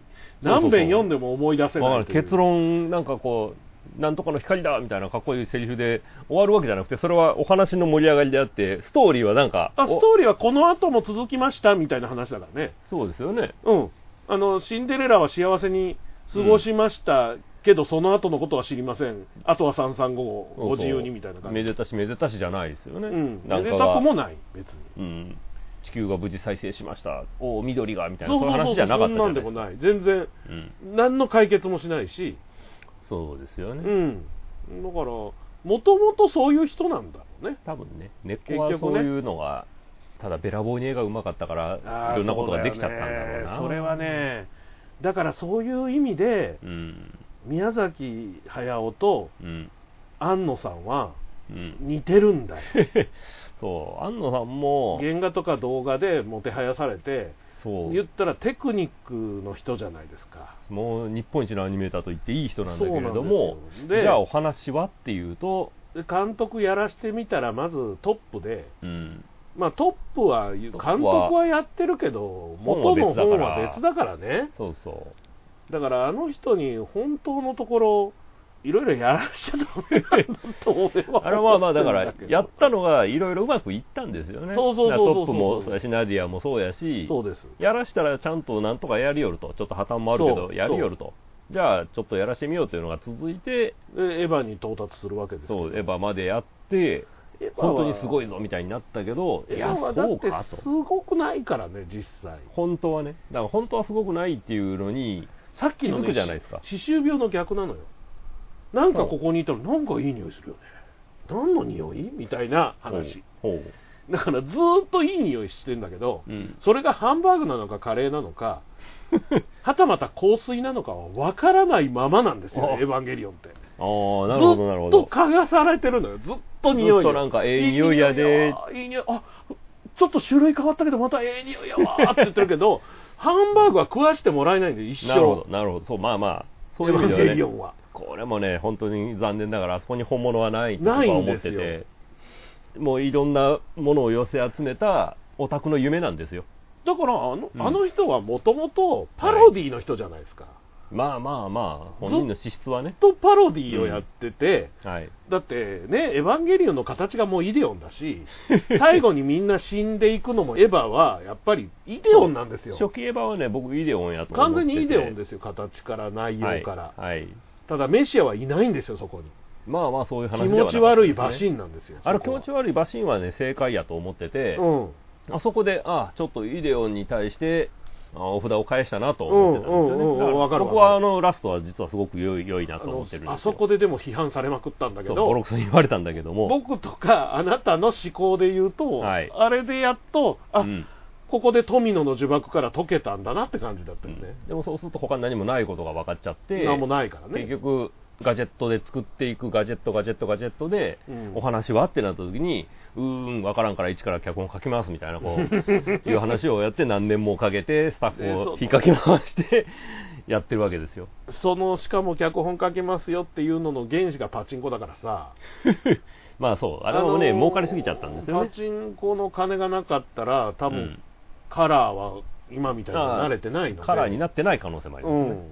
Speaker 2: う
Speaker 1: 何遍読んでも思い出せ
Speaker 2: わか
Speaker 1: なんい
Speaker 2: ない
Speaker 1: という
Speaker 2: 結論、なんかこう、なんとかの光だみたいなかっこいいセリフで終わるわけじゃなくて、それはお話の盛り上がりであって、ストーリーはなんか、
Speaker 1: あス
Speaker 2: お
Speaker 1: トーリーはこの後も続きましたみたいな話だからね
Speaker 2: そうですよね。
Speaker 1: うん、あのシンデレラは幸せに過ごしました、けどその後のことは知りません、あとは335をご自由にみたいな感じ、
Speaker 2: めでたしめでたしじゃないですよね。
Speaker 1: うん、
Speaker 2: な
Speaker 1: め
Speaker 2: ん
Speaker 1: で
Speaker 2: か
Speaker 1: た
Speaker 2: が
Speaker 1: くもない、別に。
Speaker 2: うん、地球が無事再生しました、おお、緑がみたいな、
Speaker 1: そう
Speaker 2: そう
Speaker 1: そ
Speaker 2: いうう
Speaker 1: そう
Speaker 2: 話じゃなかっ
Speaker 1: そ
Speaker 2: た
Speaker 1: ん
Speaker 2: じゃ
Speaker 1: な
Speaker 2: ない
Speaker 1: んで
Speaker 2: です
Speaker 1: も
Speaker 2: か。
Speaker 1: ない、全然、
Speaker 2: うん
Speaker 1: 何の解決もしないし、
Speaker 2: そうですよ
Speaker 1: う
Speaker 2: ね、
Speaker 1: ん、だから、もともとそういう人なんだろうね。
Speaker 2: 多分ね根っこは
Speaker 1: 結
Speaker 2: そ
Speaker 1: 局ね
Speaker 2: ういうのが、ただべらぼうに絵がうまかったから
Speaker 1: あー
Speaker 2: いろんなことができちゃったんだろう
Speaker 1: そ
Speaker 2: な
Speaker 1: よねそれはね、だからそういう意味で、
Speaker 2: うん
Speaker 1: 宮崎駿と
Speaker 2: うん
Speaker 1: 庵野さんは
Speaker 2: うん
Speaker 1: 似てるんだよ。
Speaker 2: そう安野さんも
Speaker 1: 原画とか動画でもてはやされて
Speaker 2: そ
Speaker 1: 言っ
Speaker 2: う
Speaker 1: たらテクニックの人じゃないですか
Speaker 2: もう日本一のアニメーターと言っていい人なんだけれ
Speaker 1: そう
Speaker 2: ども
Speaker 1: なんですよで
Speaker 2: じゃあお話はっていうと、
Speaker 1: で監督やらしてみたらまずトップで
Speaker 2: うん、
Speaker 1: まあトップは監
Speaker 2: トップは
Speaker 1: 督はやってるけど元の本は別だからね
Speaker 2: そうそう
Speaker 1: だからあの人に本当のところいろいろやらしちゃダメなんだと俺は
Speaker 2: あれはまあだから
Speaker 1: 思ってんだけど
Speaker 2: やったのがいろいろうまくいったんですよね
Speaker 1: そうそうそうそうそう
Speaker 2: だからトップもそうやしナディアもそうやし
Speaker 1: そうです
Speaker 2: やらしたらちゃんとなんとかやりよるとちょっと破綻もあるけ
Speaker 1: そ
Speaker 2: ど
Speaker 1: う
Speaker 2: やりよるとじゃあちょっとやらしてみようというのが続いて
Speaker 1: でエヴァに到達するわけですけど
Speaker 2: そうエヴァまでやって
Speaker 1: エヴァは
Speaker 2: 本当にすごいぞみたいになったけどい
Speaker 1: エヴ
Speaker 2: や
Speaker 1: ァはだ
Speaker 2: そ
Speaker 1: っ
Speaker 2: う
Speaker 1: て
Speaker 2: かと
Speaker 1: すごくないからね実際
Speaker 2: 本当はねだから本当はすごくないっていうのに
Speaker 1: さっきの
Speaker 2: 気づく
Speaker 1: ね
Speaker 2: じゃないですか
Speaker 1: 歯周病の逆なのよなんかここにいたらなんかいい匂いするよね何の匂いみたいな話
Speaker 2: ほうほ
Speaker 1: だからずーっといい匂いしてんだけど、
Speaker 2: う、うん、
Speaker 1: それがハンバーグなのかカレーなの かはたまた香水なのかは分からないままなんですよ
Speaker 2: あ
Speaker 1: エヴァンゲリオンって
Speaker 2: ああなるほどなるほ
Speaker 1: ず
Speaker 2: ど
Speaker 1: っと嗅がされてるのよずっと匂い
Speaker 2: ず
Speaker 1: よ
Speaker 2: っとなんかええ匂いやで
Speaker 1: いい匂いやいい匂いあちょっと種類変わったけどまたええ匂いやわーって言ってるけ どハンバーグは食わしてもらえないんで一生
Speaker 2: なるほどなるほどそうまあまあそういう意味で
Speaker 1: エヴァンゲ
Speaker 2: は
Speaker 1: リオ
Speaker 2: ね
Speaker 1: ンは
Speaker 2: これもね本当に残念ながらあそこに本物はないと
Speaker 1: ない
Speaker 2: 僕は
Speaker 1: ん
Speaker 2: 思
Speaker 1: で
Speaker 2: っ
Speaker 1: す
Speaker 2: て
Speaker 1: よ
Speaker 2: てもういろんなものを寄せ集めたオタクの夢なんですよ
Speaker 1: だからあの,、
Speaker 2: うん
Speaker 1: あの人はもともとパロディの人じゃないですか、
Speaker 2: まあまあまあ本人の資質はね
Speaker 1: ずっとパロディをやってて、
Speaker 2: はい
Speaker 1: だってね、エヴァンゲリオンの形がもうイデオンだ し、最後にみんな死んでいくのもエヴァはやっぱりイデオンなんですよ、
Speaker 2: 初期エヴァはね僕イデオンやと思
Speaker 1: 完
Speaker 2: ってて
Speaker 1: 全にイデオンですよ、形から内容から、
Speaker 2: はい、はい、
Speaker 1: ただメシアはいないんですよ、そこに、
Speaker 2: まあまあそういう話
Speaker 1: 気
Speaker 2: ではな
Speaker 1: 持
Speaker 2: かった
Speaker 1: ち悪い馬
Speaker 2: ですね
Speaker 1: シンなんですよ、
Speaker 2: あれ気持ち
Speaker 1: 悪
Speaker 2: 悪いバシンはね正解やと思ってて、
Speaker 1: うん
Speaker 2: あそこであちょっとイデオンに対してあお札を返したなと思ってたんですよね、
Speaker 1: うんうんうん
Speaker 2: だ
Speaker 1: わか
Speaker 2: ら
Speaker 1: るわかる
Speaker 2: 僕はあのラストは実はすごく良い良いな
Speaker 1: あ
Speaker 2: と思
Speaker 1: の
Speaker 2: ってるんですよ
Speaker 1: あそこででも批判されまくったんだけ
Speaker 2: そう
Speaker 1: ど
Speaker 2: ボロ、クソに言われたんだけども、
Speaker 1: 僕とかあなたの思考で言うと、
Speaker 2: はい
Speaker 1: あれでやっと、あ、
Speaker 2: うん
Speaker 1: ここで富野の呪縛から解けたんだなって感じだったよね、
Speaker 2: でもそうすると他に何もないことが分かっちゃって
Speaker 1: 何もないからね。
Speaker 2: 結局ガジェットで作っていくガジェットガジェットガジェットで、
Speaker 1: うん
Speaker 2: お話はってなった時にうーん分からんから一から脚本書きますみたいな こういう話をやって何年もかけてスタッフを引っかき回してやってるわけですよ
Speaker 1: そのしかも脚本書けますよっていうのの原資がパチンコだからさ
Speaker 2: まあそうあれもね、
Speaker 1: のー
Speaker 2: 儲かりすぎちゃったんですよね
Speaker 1: パチンコの金がなかったら多分、
Speaker 2: うん
Speaker 1: カラーは今みたいに慣れてないので
Speaker 2: カラーに
Speaker 1: な
Speaker 2: なってない可能性もあり
Speaker 1: う
Speaker 2: ますね、
Speaker 1: ん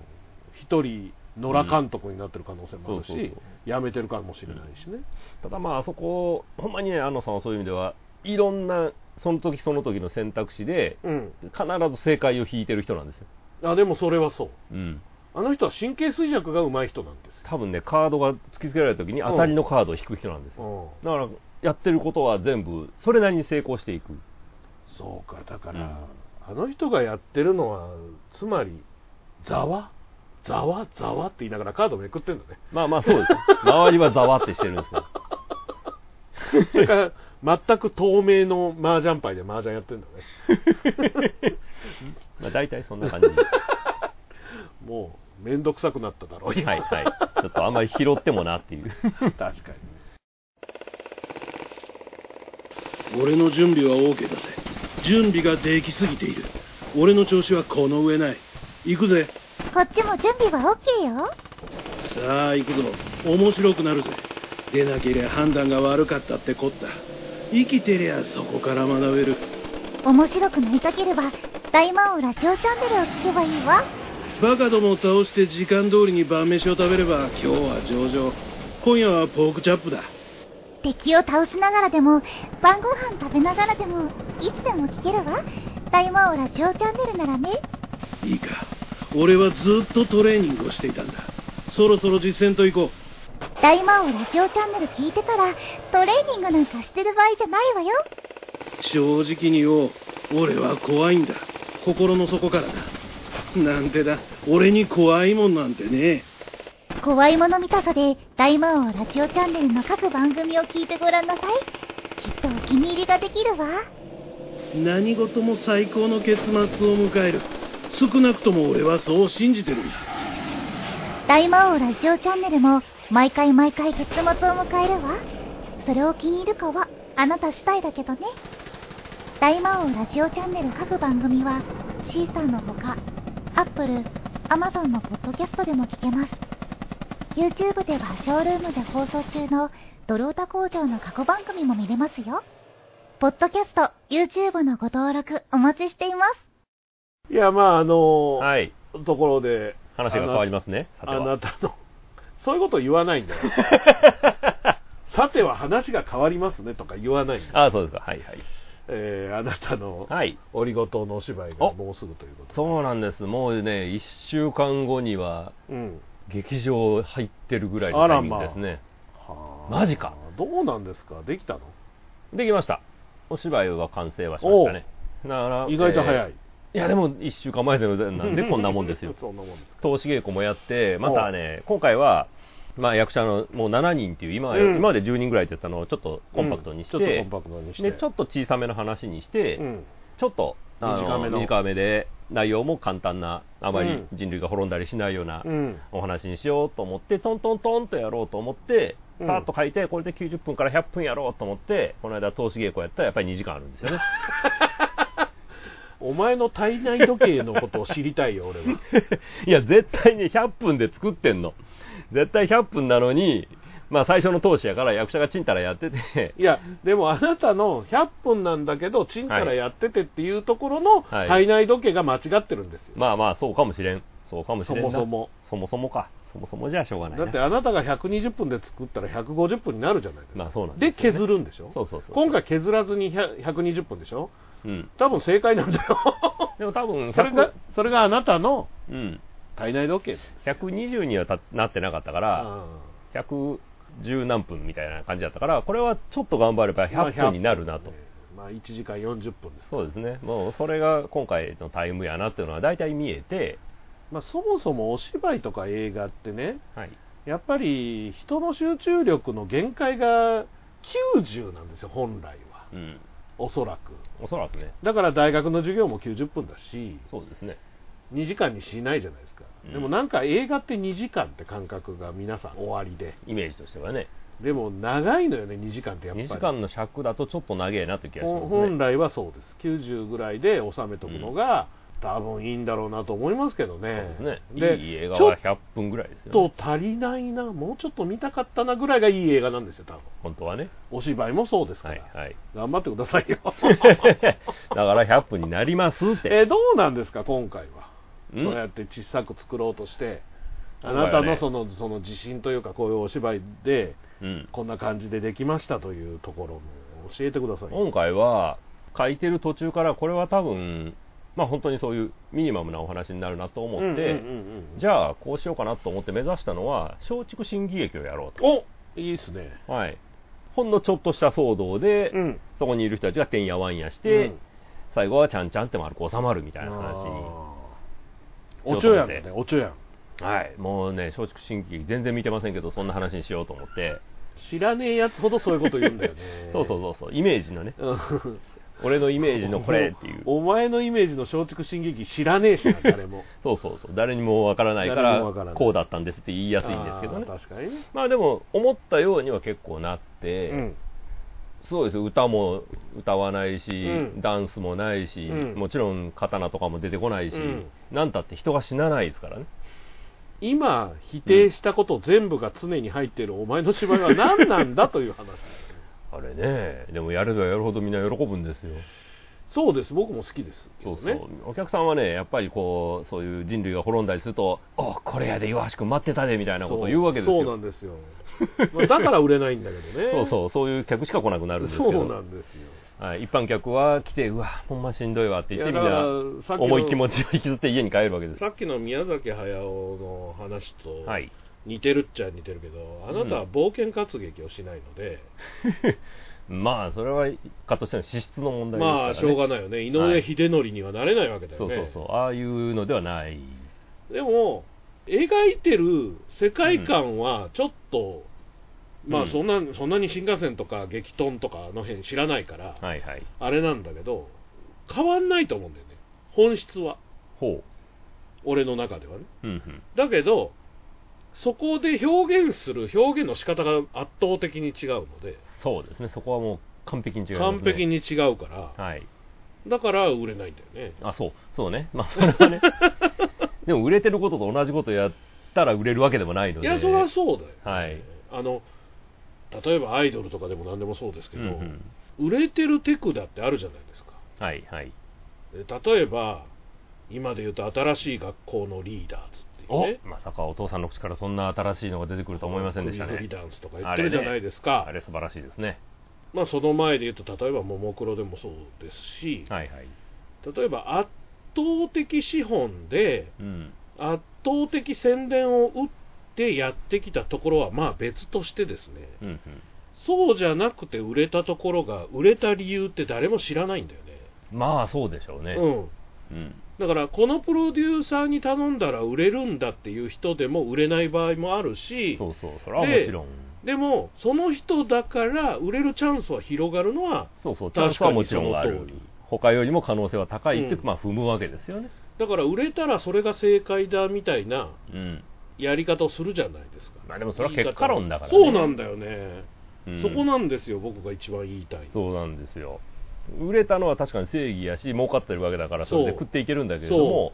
Speaker 1: 一人野良監督になってる可能性もあるし、
Speaker 2: うんそうそう
Speaker 1: 辞めてるかもしれないしね、
Speaker 2: ただまああそこほんまにね安野さんはそういう意味ではいろんなその時その時の選択肢で
Speaker 1: うん
Speaker 2: 必ず正解を引いてる人なんですよ、
Speaker 1: あでもそれはそう
Speaker 2: うん、
Speaker 1: あの人は神経衰弱が上手い人なんです
Speaker 2: 多分ねカードが突きつけられた時に当たりのカードを引く人なんですよ、
Speaker 1: よ、うん
Speaker 2: だからやってることは全部それなりに成功していく
Speaker 1: そうかだから、
Speaker 2: うん
Speaker 1: あの人がやってるのはつまりざわざわざわって言いながらカードめくってんだ ね
Speaker 2: まあまあそうですよ周りはざわってしてるんですけど
Speaker 1: それから全く透明の麻雀牌で麻雀やってるんだね
Speaker 2: まあ大体そんな感 じは
Speaker 1: もう面倒くさくなっただろう
Speaker 2: いはいちょっとあんまり拾ってもなっていう
Speaker 1: 確かに俺の準備は OK だぜ準備ができすぎている俺の調子はこの上ない行くぜ
Speaker 3: こっちも準備は OK よ。
Speaker 1: さあ行くぞ面白くなるぜ出なけりゃ判断が悪かったってこった生きてりゃそこから学べる
Speaker 3: 面白くなりたければ、大魔王ラジオチャンネルを聞けばいいわ。
Speaker 1: バカどもを倒して時間通りに晩飯を食べれば今日は上々今夜はポークチャップだ
Speaker 3: 敵を倒しながらでも、晩ご飯食べながらでも、いつでも聞けるわ。大魔王ラジオチャンネルならね。
Speaker 1: いいか俺はずっとトレーニングをしていたんだそろそろ実践と行こう
Speaker 3: 大魔王ラジオチャンネル聞いてたら、トレーニングなんかしてる場合じゃないわよ。
Speaker 1: 正直に言おう俺は怖いんだ心の底からだなんてだ俺に怖いもんなんてね
Speaker 3: 怖いもの見たさで、大魔王ラジオチャンネルの各番組を聞いてごらんなさい。きっとお気に入りができるわ。
Speaker 1: 何事も最高の結末を迎える少なくとも俺はそう信じてるんだ
Speaker 3: 大魔王ラジオチャンネルも毎回毎回月末を迎えるわそれを気に入るかはあなた次第だけどね大魔王ラジオチャンネル各番組はシーサーのほか Apple、Amazon のポッドキャストでも聞けます YouTube ではショールームで放送中のドルオタ工場の過去番組も見れますよポッドキャスト、YouTube のご登録お待ちしています
Speaker 1: いやまああの
Speaker 2: はい
Speaker 1: ところで
Speaker 2: 話が変わりますねさて
Speaker 1: あ
Speaker 2: は
Speaker 1: なたのそういうこと言わないんだよ さては話が変わりますねとか言わないんだよ
Speaker 2: あそうですか。はいはい。
Speaker 1: えーあなたの
Speaker 2: はい。
Speaker 1: オリゴ糖のお芝居がもうすぐということで
Speaker 2: そうなんです。もうね、1週間後には、
Speaker 1: うん
Speaker 2: 劇場入ってるぐらいのタイミングですね。
Speaker 1: は
Speaker 2: マジか
Speaker 1: どうなんですかできたの
Speaker 2: できました。お芝居は完成はしましたね。だから
Speaker 1: 意外と早
Speaker 2: え
Speaker 1: い、。
Speaker 2: ーいや、でも1週間前で、なんでこんなもんですよ
Speaker 1: そんなもんです
Speaker 2: 投資稽古もやって、またね、今回は、まあ、役者のもう7人っていう今、
Speaker 1: うん
Speaker 2: 今まで10人ぐらいってやったのをちょっとコンパクトにして、
Speaker 1: うんちょっとコンパクトにして
Speaker 2: でちょっと小さめの話にして、
Speaker 1: うん
Speaker 2: ちょっとあ
Speaker 1: 短めの
Speaker 2: 短めで内容も簡単なあま
Speaker 1: う
Speaker 2: り
Speaker 1: ん
Speaker 2: 人類が滅んだりしないような
Speaker 1: うん
Speaker 2: お話にしようと思って、トントントンとやろうと思って
Speaker 1: う
Speaker 2: パ
Speaker 1: ん
Speaker 2: ッと書いてこれで90分から100分やろうと思ってこの間投資稽古やったらやっぱり2時間ある んですよね
Speaker 1: お前の体内時計のことを知りたいよ俺 はい
Speaker 2: や絶対に100分で作ってんの絶対100分なのにまあ最初の投資やから役者がちんたらやってて
Speaker 1: いやでもあなたの100分なんだけどちんたらやっててっていうところの
Speaker 2: はい
Speaker 1: 体内時計が間違ってるんですよ、
Speaker 2: まあまあそうかもしれんそうかもしれんな
Speaker 1: そもそも
Speaker 2: そもそもかそもそもじゃあしょうがない
Speaker 1: だ
Speaker 2: な
Speaker 1: ってあなたが120分で作ったら150分になるじゃないですか、
Speaker 2: まあそうなん
Speaker 1: です
Speaker 2: よね
Speaker 1: 削るんでしょ
Speaker 2: そうそうそう
Speaker 1: 今回削らずに100 120分でしょ
Speaker 2: うん
Speaker 1: 多分正解なんだ よ
Speaker 2: でも多分
Speaker 1: それがそれがあなたの
Speaker 2: 100うん
Speaker 1: 体内時計です
Speaker 2: 120にはたなってなかったから
Speaker 1: あ
Speaker 2: 110何分みたいな感じだったからこれはちょっと頑張れば
Speaker 1: あまあ
Speaker 2: 100分になるなと、
Speaker 1: まあ1時間40分です
Speaker 2: そうですねもうそれが今回のタイムやなっていうのは大体見えて、
Speaker 1: まあ、そもそもお芝居とか映画ってね
Speaker 2: はい、
Speaker 1: やっぱり人の集中力の限界が90なんですよ本来は
Speaker 2: うん
Speaker 1: おそらく
Speaker 2: おそらくね
Speaker 1: だから大学の授業も90分だし
Speaker 2: そうですね
Speaker 1: 2時間にしないじゃないですか、
Speaker 2: うん
Speaker 1: でもなんか映画って2時間って感覚が皆さん終わりで
Speaker 2: イメージとしてはね
Speaker 1: でも長いのよね2時間ってやっぱり
Speaker 2: 2時間の尺だとちょっと長えなという気がしま
Speaker 1: ほん
Speaker 2: す
Speaker 1: 本
Speaker 2: ね
Speaker 1: 来はそうです90ぐらいで収めとくのが、多分いいんだろうなと思いますけど
Speaker 2: そう
Speaker 1: ね
Speaker 2: ですね
Speaker 1: で
Speaker 2: いい映画は100分ぐらいです
Speaker 1: ちょ
Speaker 2: よ、
Speaker 1: っ
Speaker 2: ね、
Speaker 1: と足りないなもうちょっと見たかったなぐらいがいい映画なんですよ多分
Speaker 2: 本当はね
Speaker 1: お芝居もそうですか
Speaker 2: は
Speaker 1: ら、
Speaker 2: いはい
Speaker 1: 頑張ってくださいよ
Speaker 2: だから100分になりますって
Speaker 1: えどうなんですか今回は
Speaker 2: うん
Speaker 1: そうやって小さく作ろうとしてあ
Speaker 2: 今回
Speaker 1: な
Speaker 2: はね
Speaker 1: たのそのその自信というかこういうお芝居で
Speaker 2: うん
Speaker 1: こんな感じでできましたというところも教えてくださいよ
Speaker 2: 今回は書いてる途中からこれは多分まあ本当にそういうミニマムなお話になるなと思って、
Speaker 1: うんうんうんうん
Speaker 2: じゃあこうしようかなと思って目指したのは松竹新喜劇をやろう
Speaker 1: おいいですね
Speaker 2: と、はい、ほんのちょっとした騒動で、
Speaker 1: うん
Speaker 2: そこにいる人たちがてんやわんやし
Speaker 1: う
Speaker 2: て、
Speaker 1: ん
Speaker 2: 最後はちゃんちゃんって丸く収まるみたいな話に、
Speaker 1: あーおちょやんだねおちょやん
Speaker 2: はい、もうね松竹新喜劇全然見てませんけどそんな話にしようと思って、
Speaker 1: 知らねえやつほどそういうこと言うんだよね
Speaker 2: そうそうそうそうイメージのね
Speaker 1: うん
Speaker 2: 俺のイメージのこれっていう
Speaker 1: お前のイメージの松竹新劇知らねえしな誰 も
Speaker 2: そうそうそう誰にもわからないか
Speaker 1: 誰に
Speaker 2: ら
Speaker 1: もわからない
Speaker 2: こうだったんですって言いやすいんですけどね
Speaker 1: あー確かにね、
Speaker 2: まあでも思ったようには結構なって、
Speaker 1: うん
Speaker 2: そうですよ歌も歌わないし、
Speaker 1: うん
Speaker 2: ダンスもないし、
Speaker 1: うん
Speaker 2: もちろん刀とかも出てこないし、
Speaker 1: うん
Speaker 2: なんたって人が死なないですからね
Speaker 1: 今否定したこと全部が常に入っているお前の芝居は何なんだという話
Speaker 2: あれねでもやればやるほどみんな喜ぶんですよ
Speaker 1: そうです僕も好きですけど
Speaker 2: そうそう、
Speaker 1: ね
Speaker 2: お客さんはねやっぱりこうそういう人類が滅んだりすると「おこれやで岩橋君待ってたで」みたいなことを言うわけですよ
Speaker 1: そうなんですよ、まあ、だから売れないんだけどね
Speaker 2: そうそうそういう客しか来なくなるんですけ
Speaker 1: そうな
Speaker 2: ど、
Speaker 1: んですよ
Speaker 2: はい、一般客は来て「うわほんましんどいわ」って言って
Speaker 1: い
Speaker 2: み
Speaker 1: や
Speaker 2: ん
Speaker 1: だから
Speaker 2: な
Speaker 1: さっきの
Speaker 2: 重い気持ちを引きずって家に帰るわけですよ
Speaker 1: さっきの宮崎駿の話と
Speaker 2: はい
Speaker 1: 似てるっちゃ似てるけど、あなたは冒険活劇をしないので、
Speaker 2: まあそれはかとしての資質の問題ですから、ね、
Speaker 1: まあしょうがないよね井上秀則にはなれないわけだよ
Speaker 2: そう
Speaker 1: ね、
Speaker 2: そうそうああいうのではない
Speaker 1: でも描いてる世界観はちょっと、
Speaker 2: うん
Speaker 1: まあ
Speaker 2: うん
Speaker 1: そんなそんなに新幹線とか激闘とかあの辺知らないから、
Speaker 2: はいはい
Speaker 1: あれなんだけど変わんないと思うんだよね本質は
Speaker 2: ほ
Speaker 1: 俺の中ではね
Speaker 2: ううんうん
Speaker 1: だけどそこで表現する表現の仕方が圧倒的に違うので
Speaker 2: そうですねそこはもう完璧に違いますね
Speaker 1: 完璧に違うから、
Speaker 2: はい
Speaker 1: だから売れないんだよね
Speaker 2: あそうそうねまあそれは ねでも売れてることと同じことやったら売れるわけでもないの
Speaker 1: い
Speaker 2: で
Speaker 1: やそりゃそうだよ、
Speaker 2: はい
Speaker 1: あの例えばアイドルとかでも何でもそうですけ
Speaker 2: う
Speaker 1: ど、
Speaker 2: んうん
Speaker 1: 売れてるテクだってあるじゃないですか
Speaker 2: はいはい
Speaker 1: で例えば今で言うと新しい学校のリーダーズっていうお
Speaker 2: えまさかお父さんの口からそんな新しいのが出てくると思いませんでした
Speaker 1: 首振
Speaker 2: ね
Speaker 1: りダンスとか言ってるじゃないですか
Speaker 2: あれ素晴らしいですね
Speaker 1: まあ、その前で言うと例えばももクロでもそうですし、
Speaker 2: はいはい
Speaker 1: 例えば圧倒的資本で
Speaker 2: うん
Speaker 1: 圧倒的宣伝を打ってやってきたところはまあ別としてですね、
Speaker 2: うんうん
Speaker 1: そうじゃなくて売れたところが売れた理由って誰も知らないんだよね。
Speaker 2: まあそうでしょうね
Speaker 1: うん
Speaker 2: うん
Speaker 1: だからこのプロデューサーに頼んだら売れるんだっていう人でも売れない場合もあるし
Speaker 2: そうそうそれはもちろん
Speaker 1: でもその人だから売れるチャンスは広がるのは
Speaker 2: そうそうチャン
Speaker 1: 確
Speaker 2: スは
Speaker 1: か
Speaker 2: も
Speaker 1: に
Speaker 2: ち
Speaker 1: そ
Speaker 2: ろん
Speaker 1: の
Speaker 2: あ
Speaker 1: 通り
Speaker 2: る他よりも可能性は高いって、
Speaker 1: うん
Speaker 2: まあ踏むわけですよね
Speaker 1: だから売れたらそれが正解だみたいな
Speaker 2: うん
Speaker 1: やり方をするじゃないですか、
Speaker 2: まあでもそれは結果論だからね
Speaker 1: そうなんだよね、
Speaker 2: うん
Speaker 1: そこなんですよ僕が一番言いたい
Speaker 2: そうなんですよ売れたのは確かに正義やし儲かってるわけだからそれで
Speaker 1: そう
Speaker 2: 食っていけるんだけれども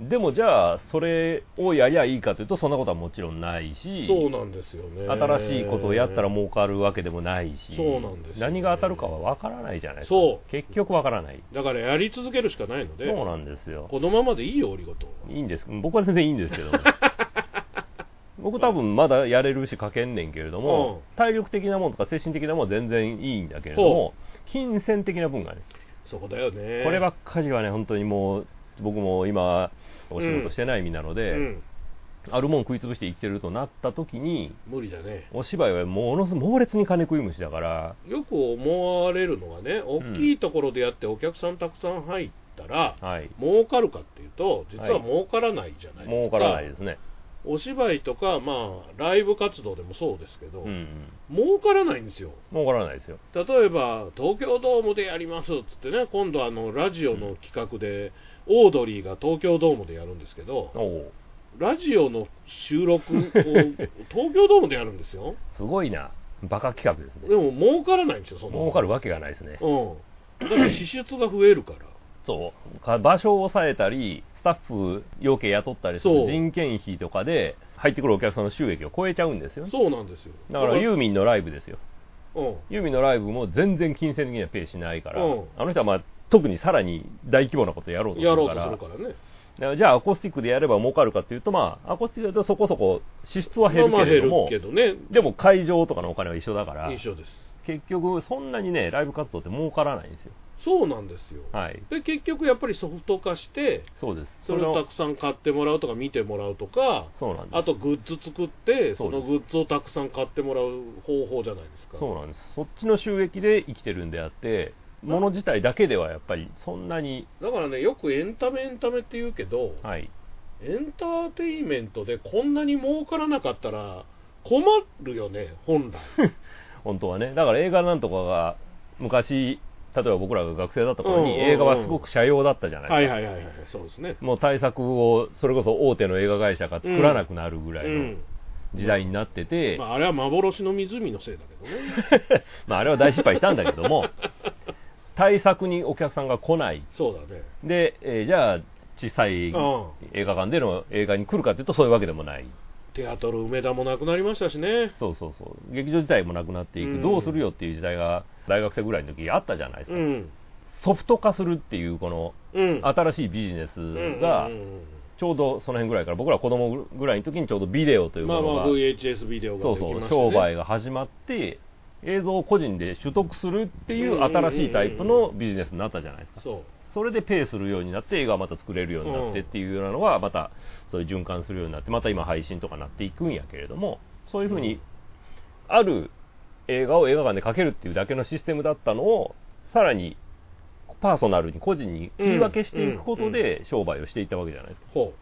Speaker 2: でもじゃあそれをやりゃいいかというとそんなことはもちろんないし
Speaker 1: そうなんですよね
Speaker 2: 新しいことをやったら儲かるわけでもないし
Speaker 1: そうなんですよね
Speaker 2: 何が当たるかはわからないじゃないですか
Speaker 1: そう
Speaker 2: 結局わからない
Speaker 1: だからやり続けるしかないので
Speaker 2: そうなんですよ
Speaker 1: このままでいいよオリゴ糖
Speaker 2: いいんです僕は全然いいんで すけど僕多分まだやれるし書けんねんけれども、体力的なものとか精神的なものは全然いいんだけれども金銭的な分がね
Speaker 1: そこだよね
Speaker 2: こればっかりはね、本当にもう、僕も今、お仕事してない身なので、
Speaker 1: うん、
Speaker 2: あるもん食い潰して生きてるとなった時に、
Speaker 1: 無理だね
Speaker 2: お芝居はものすごい猛烈に金食い虫だから、
Speaker 1: よく思われるのがね大きいところでやってお客さんたくさん入ったら、
Speaker 2: はい、
Speaker 1: 儲かるかっていうと実は
Speaker 2: はい
Speaker 1: 儲からないじゃないで
Speaker 2: 儲
Speaker 1: すか、
Speaker 2: からないですね。
Speaker 1: お芝居とか、まあ、ライブ活動でもそうですけど、
Speaker 2: うんうん、
Speaker 1: 儲からないんですよ
Speaker 2: 儲からないですよ。
Speaker 1: 例えば東京ドームでやりますっつってね今度あのラジオの企画で、オードリーが東京ドームでやるんですけど
Speaker 2: おお、
Speaker 1: ラジオの収録 を東京ドームでやるんですよ
Speaker 2: すごいな、バカ企画です
Speaker 1: で
Speaker 2: ね。
Speaker 1: も儲からないんですよその
Speaker 2: 儲かるわけがないですね。
Speaker 1: うんだから支出が増えるから
Speaker 2: そうか、場所を抑えたり、スタッフ、要件雇ったりす
Speaker 1: そ
Speaker 2: る
Speaker 1: う
Speaker 2: 人件費とかで、入ってくるお客さんの収益を超えちゃうんですよね。
Speaker 1: そうなんですよ
Speaker 2: だからユーミンのライブですよ。
Speaker 1: うん
Speaker 2: ユーミンのライブも全然金銭的にはペイしないから、
Speaker 1: うん
Speaker 2: あの人はまあ特にさらに大規模なことやろうとす
Speaker 1: やろ
Speaker 2: る
Speaker 1: う
Speaker 2: か
Speaker 1: と
Speaker 2: ら
Speaker 1: するからね
Speaker 2: だからじゃあアコースティックでやれば儲かるかっていうとまあアコースティックだとそこそこ支出は減る
Speaker 1: まあまあ
Speaker 2: けれ
Speaker 1: 減
Speaker 2: ど
Speaker 1: る
Speaker 2: も、
Speaker 1: けどね
Speaker 2: でも会場とかのお金は一緒だから
Speaker 1: 一緒です
Speaker 2: 結局そんなにねライブ活動って儲からないんですよ
Speaker 1: そうなんですよ、
Speaker 2: はい
Speaker 1: で結局やっぱりソフト化して
Speaker 2: そうです
Speaker 1: それを
Speaker 2: を
Speaker 1: たくさん買ってもらうとか見てもらうとか
Speaker 2: そうなんです
Speaker 1: あとグッズ作って
Speaker 2: そ
Speaker 1: そう
Speaker 2: です
Speaker 1: のグッズをたくさん買ってもらう方法じゃないですか
Speaker 2: そうなんですそっちの収益で生きてるんであって物自体だけではやっぱりそんなに
Speaker 1: だからねよくエンタメエンタメって言うけど、
Speaker 2: はい
Speaker 1: エンターテインメントでこんなに儲からなかったら困るよね本 来
Speaker 2: 本当はねだから映画なんとかが昔例えば僕らが学生だった頃
Speaker 1: うん
Speaker 2: に
Speaker 1: うんうん
Speaker 2: 映画はすごく斜陽だったじゃないですか、
Speaker 1: はいはいはいはいそうですね
Speaker 2: もう対策をそれこそ大手の映画会社が作らなくなるぐらいうの
Speaker 1: ん
Speaker 2: 時代になってて、
Speaker 1: ま
Speaker 2: まあ、
Speaker 1: あ、あれは幻の湖のせいだけどね
Speaker 2: あれは大失敗したんだけども対策にお客さんが来ない
Speaker 1: そうだね
Speaker 2: で、えーじゃあ小さい
Speaker 1: うん
Speaker 2: 映画館での映画に来るかというとそういうわけでもない
Speaker 1: テアトル梅田もなくなりましたしね
Speaker 2: そうそうそう劇場自体もなくなっていく、
Speaker 1: うん
Speaker 2: どうするよっていう時代が大学生ぐらいの時あったじゃないです
Speaker 1: う
Speaker 2: か、
Speaker 1: ん
Speaker 2: ソフト化するっていうこの
Speaker 1: うん
Speaker 2: 新しいビジネスが
Speaker 1: うんうんうん
Speaker 2: ちょうどその辺ぐらいから僕ら子供ぐらいの時にちょうどビデオというも
Speaker 1: まあ
Speaker 2: のが、
Speaker 1: まあ VHS ビデオが
Speaker 2: そ
Speaker 1: で
Speaker 2: う
Speaker 1: きまし
Speaker 2: そ
Speaker 1: たね
Speaker 2: う商売が始まって映像を個人で取得するっていう新しいタイプのビジネスになったじゃないですか
Speaker 1: そう
Speaker 2: それでペイするようになって映画また作れるようになってっていうようなのがまたそういう循環するようになってまた今配信とかなっていくんやけれどもそういうふう
Speaker 1: うん
Speaker 2: にある映画を映画館でかけるっていうだけのシステムだったのをさらにパーソナルに個人に切り分けしていくことで商売をしていったわけじゃないですか
Speaker 1: ほ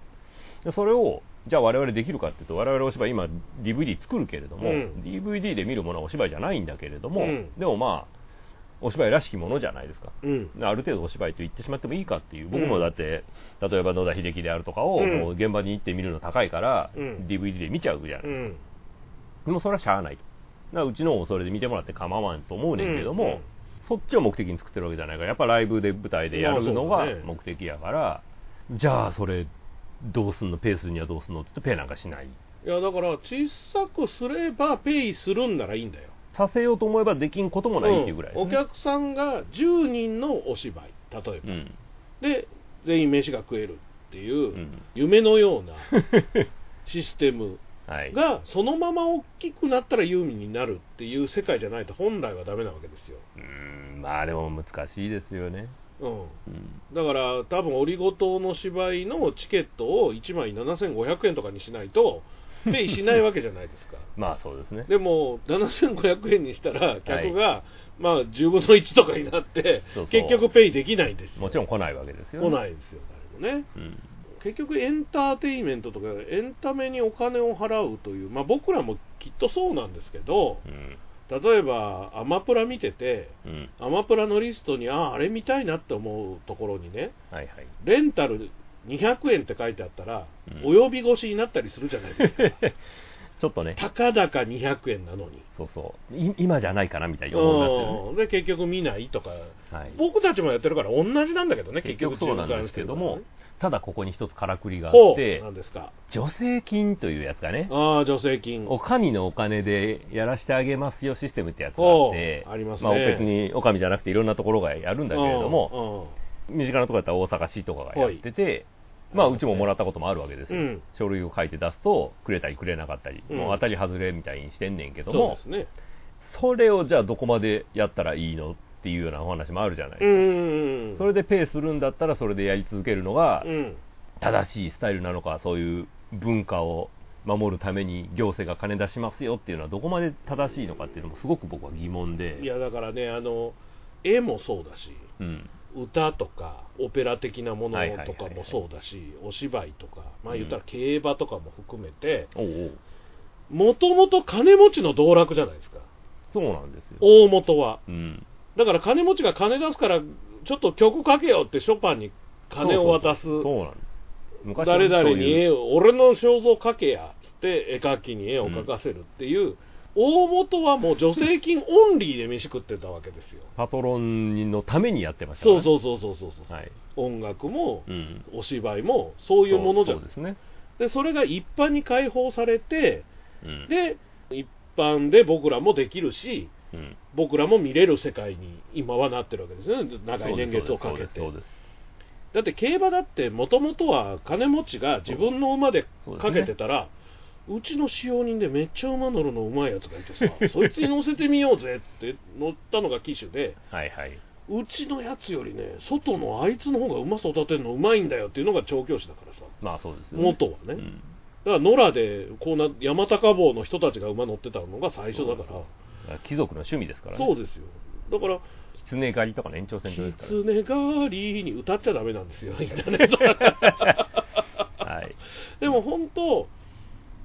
Speaker 2: でそれをじゃあ我々できるかっていうと我々お芝居今 DVD 作るけれども、
Speaker 1: うん
Speaker 2: DVD で見るものはお芝居じゃないんだけれども、
Speaker 1: うん
Speaker 2: でもまあお芝居らしきものじゃないですか
Speaker 1: ううん
Speaker 2: ある程度お芝居と言ってしまってもいいかっていう僕
Speaker 1: う
Speaker 2: も
Speaker 1: ん
Speaker 2: だって、例えば野田秀樹であるとかを、
Speaker 1: うん
Speaker 2: もう現場に行って見るの高いから、
Speaker 1: うん
Speaker 2: DVD で見ちゃうじゃない、
Speaker 1: うん
Speaker 2: でもそれはしゃあないとだからうちのをそれで見てもらって構わんと思うねんけども、
Speaker 1: うんうん
Speaker 2: そっちを目的に作ってるわけじゃないからやっぱライブで舞台でやるの
Speaker 1: まあ
Speaker 2: が
Speaker 1: そうだね
Speaker 2: 目的やから、じゃあそれどうすんのペースにはどうすんのって言ってペイなんかしない
Speaker 1: いやだから小さくすればペイするんならいいんだよ
Speaker 2: させようと思えばできんこともないっていうぐらい
Speaker 1: うんお客さんが10人のお芝居例えば、
Speaker 2: うん
Speaker 1: で全員飯が食えるっていううん夢のよう なシステム
Speaker 2: はい。
Speaker 1: がそのまま大きくなったらユーミンになるっていう世界じゃないと本来はダメなわけですよ、
Speaker 2: うーん、まあでも難しいですよね。
Speaker 1: うん、
Speaker 2: うん。
Speaker 1: だから多分オリゴ糖の芝居のチケットを1枚7500円とかにしないとペイしないわけじゃないですか
Speaker 2: まあそうですね。
Speaker 1: でも7500円にしたら客が、まあ10分の1とかになって
Speaker 2: そうそう
Speaker 1: 結局ペイできないんですよ
Speaker 2: もちろん来ないわけですよ、
Speaker 1: 来ないですよ誰もね
Speaker 2: うん。
Speaker 1: 結局エンターテインメントとかエンタメにお金を払うという、まあ、僕らもきっとそうなんですけど
Speaker 2: うん。
Speaker 1: 例えばアマプラ見てて
Speaker 2: うん。
Speaker 1: アマプラのリストにあああれ見たいなって思うところにね
Speaker 2: はいはい。
Speaker 1: レンタル200円って書いてあったら、
Speaker 2: うん
Speaker 1: お呼び腰になったりするじゃないです か
Speaker 2: ちょっとね、
Speaker 1: たかだか200円なのに
Speaker 2: そうそう。い今じゃないかなみたいに思いますよね。
Speaker 1: うんで結局見ないとか、
Speaker 2: はい。
Speaker 1: 僕たちもやってるから同じなんだけどね
Speaker 2: 結局そうなんですけども
Speaker 1: 循環してる、
Speaker 2: ただここに一つからくりがあ
Speaker 1: からねほ
Speaker 2: っ
Speaker 1: う
Speaker 2: て
Speaker 1: な、んですか
Speaker 2: 助成金というやつがね、
Speaker 1: ああ助成金
Speaker 2: おかみのお金でやらしてあげますよシステムってやつがあ
Speaker 1: ほ
Speaker 2: っ
Speaker 1: う
Speaker 2: て、
Speaker 1: ありますね
Speaker 2: まあ別におかみじゃなくていろんなところがやるんだけれども、
Speaker 1: も
Speaker 2: 身近なところだったら大阪市とかがやってて、
Speaker 1: ほい
Speaker 2: まあうちももらったこともあるわけですよ。
Speaker 1: うん
Speaker 2: 書類を書いて出すと、くれたりくれなかったり、
Speaker 1: うん
Speaker 2: もう当たり外れみたいにしてんねんけど
Speaker 1: そう
Speaker 2: も
Speaker 1: で、すね
Speaker 2: それをじゃあどこまでやったらいいのっていうようなお話もあるじゃない、
Speaker 1: うん
Speaker 2: それでペイするんだったらそれでやり続けるのが
Speaker 1: うん
Speaker 2: 正しいスタイルなのかそういう文化を守るために行政が金出しますよっていうのはどこまで正しいのかっていうのもすごく僕は疑問で
Speaker 1: いやだからねあの絵もそうだし
Speaker 2: うん
Speaker 1: 歌とかオペラ的なもの
Speaker 2: はいはいはい
Speaker 1: と
Speaker 2: はい
Speaker 1: かもそうだし、お芝居とか、まあ、
Speaker 2: うん
Speaker 1: 言ったら競馬とかも含めて、
Speaker 2: おうおう
Speaker 1: もともと金持ちの道楽じゃないですか、
Speaker 2: そうなんですよ
Speaker 1: 大元は。
Speaker 2: うん
Speaker 1: だから金持ちが金出すから、ちょっと曲かけよってショパンに金を渡す、
Speaker 2: そうそうそうそうなんです昔はそうい
Speaker 1: 誰
Speaker 2: う
Speaker 1: 々に絵を、俺の肖像かけやつって、絵描きに絵を描かせるっていう、大元はもう助成金オンリーで飯食ってたわけですよ。
Speaker 2: パトロンのためにやってました
Speaker 1: そうそううそうそうそうそう、
Speaker 2: はい
Speaker 1: 音楽も、
Speaker 2: うん
Speaker 1: お芝居もそういうものじゃ
Speaker 2: そ
Speaker 1: ん
Speaker 2: うですね
Speaker 1: でそれが一般に解放されて
Speaker 2: うん
Speaker 1: で一般で僕らもできるし
Speaker 2: うん
Speaker 1: 僕らも見れる世界に今はなってるわけですよね長い年月をかけて
Speaker 2: そうです
Speaker 1: だって競馬だってもともとは金持ちが自分の馬で
Speaker 2: そう
Speaker 1: かけてたらう,、ちの使用人でめっちゃ馬乗るのうまいやつがいてさ そいつに乗せてみようぜって乗ったのが騎手で
Speaker 2: そうですはいはいう
Speaker 1: ちのやつよりね外のあいつの方が馬育てるのうまいんだよっていうのが調教師だからさ
Speaker 2: まあそうですよね
Speaker 1: 元はね、
Speaker 2: うん
Speaker 1: だから野良でこうな山高坊の人たちが馬乗ってたのが最初だから
Speaker 2: そうだから貴族の趣味ですからね
Speaker 1: そうですよだから
Speaker 2: 狐狩りとかの延長
Speaker 1: 「
Speaker 2: 線上ですから、ね、
Speaker 1: 狐狩り」に歌っちゃダメなんですよインターネット
Speaker 2: はい
Speaker 1: でも本当